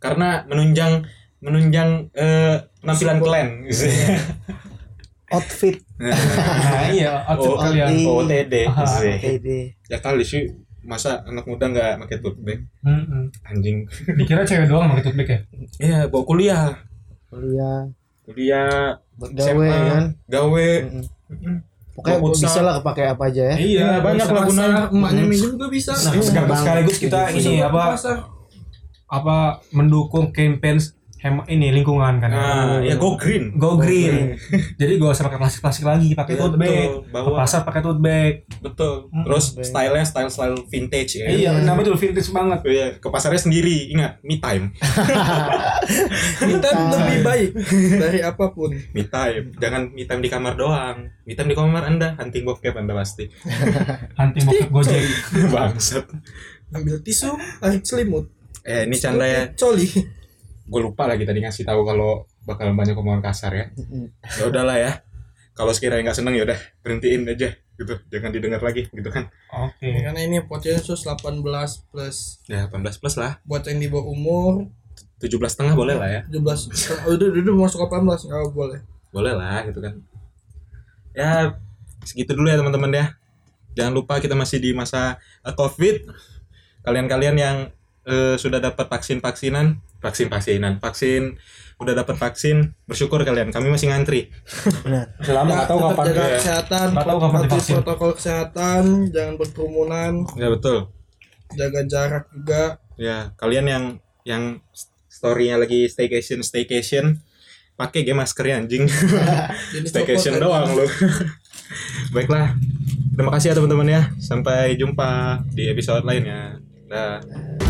karena menunjang menunjang eh, penampilan kalian
Outfit
nah iya outfit
Oh,
kalian
iya.
OTD
Aha.
Zeh.
ini.
ya kali sih masa anak muda nggak pakai tote bag
Mm-mm.
anjing
dikira cewek doang pakai tote bag ya
Iya bawa kuliah
Kuliah,
kuliah
buat gawe
SMA,
ya kan.
gawe
Mm-mm. Pokoknya
Eh. Buat futsal.
bisa lah kepake apa aja ya.
iya banyak lah
Masa
gunanya
Nah,
Iya,
emaknya minjem juga bisa
Nah, bener banget.
sekaligus kita Hmm. ini apa
Masa
apa mendukung campaign hem- ini lingkungan kan
nah ya go green
go green jadi gak usah pakai plastik plastik lagi pakai
Iya,
tote bag
betul.
ke
bawa
pasar pakai tote bag
betul
Mm,
terus
bag.
stylenya style style vintage ya
iya kenapa tuh vintage banget
Iya, ke pasarnya sendiri ingat me time
kita
Nah.
lebih baik dari apapun
me time jangan me time di kamar doang me time di kamar anda hunting bokep ya, anda pasti
anti bokep gojek
Bangsat.
ambil tisu tarik selimut
Eh ini canda ya.
coli
Gue lupa lagi tadi ngasih tahu kalau bakal banyak omongan kasar ya. Ya udahlah ya. Kalau sekiranya nggak seneng ya udah berhentiin aja gitu. Jangan didengar lagi gitu kan.
oke
karena ini podcast khusus 18 plus
Ya 18 plus lah.
buat yang di bawah umur
17 setengah boleh lah ya.
17 setengah- udah udah, udah masuk 18 nggak boleh
Boleh lah gitu kan. Ya segitu dulu ya teman-teman ya. Jangan lupa kita masih di masa eh, Covid. Kalian-kalian yang eh, sudah dapat vaksin-vaksinan, vaksin-vaksinan, vaksin udah dapat vaksin, bersyukur kalian. Kami masih ngantri.
selama Ah,
Ya,
nggak tahu
tetap
kapan
jaga
ya.
kesehatan
Nggak tahu kapan
patuhi
divaksin.
protokol kesehatan jangan berkerumunan
Ya betul.
jaga jarak juga
Ya, kalian yang yang story-nya lagi staycation staycation pakai game maskernya anjing.
jadi
staycation
copot,
doang
kan?
lu. Baiklah. Terima kasih ya teman-teman ya. Sampai jumpa di episode lainnya. Dah.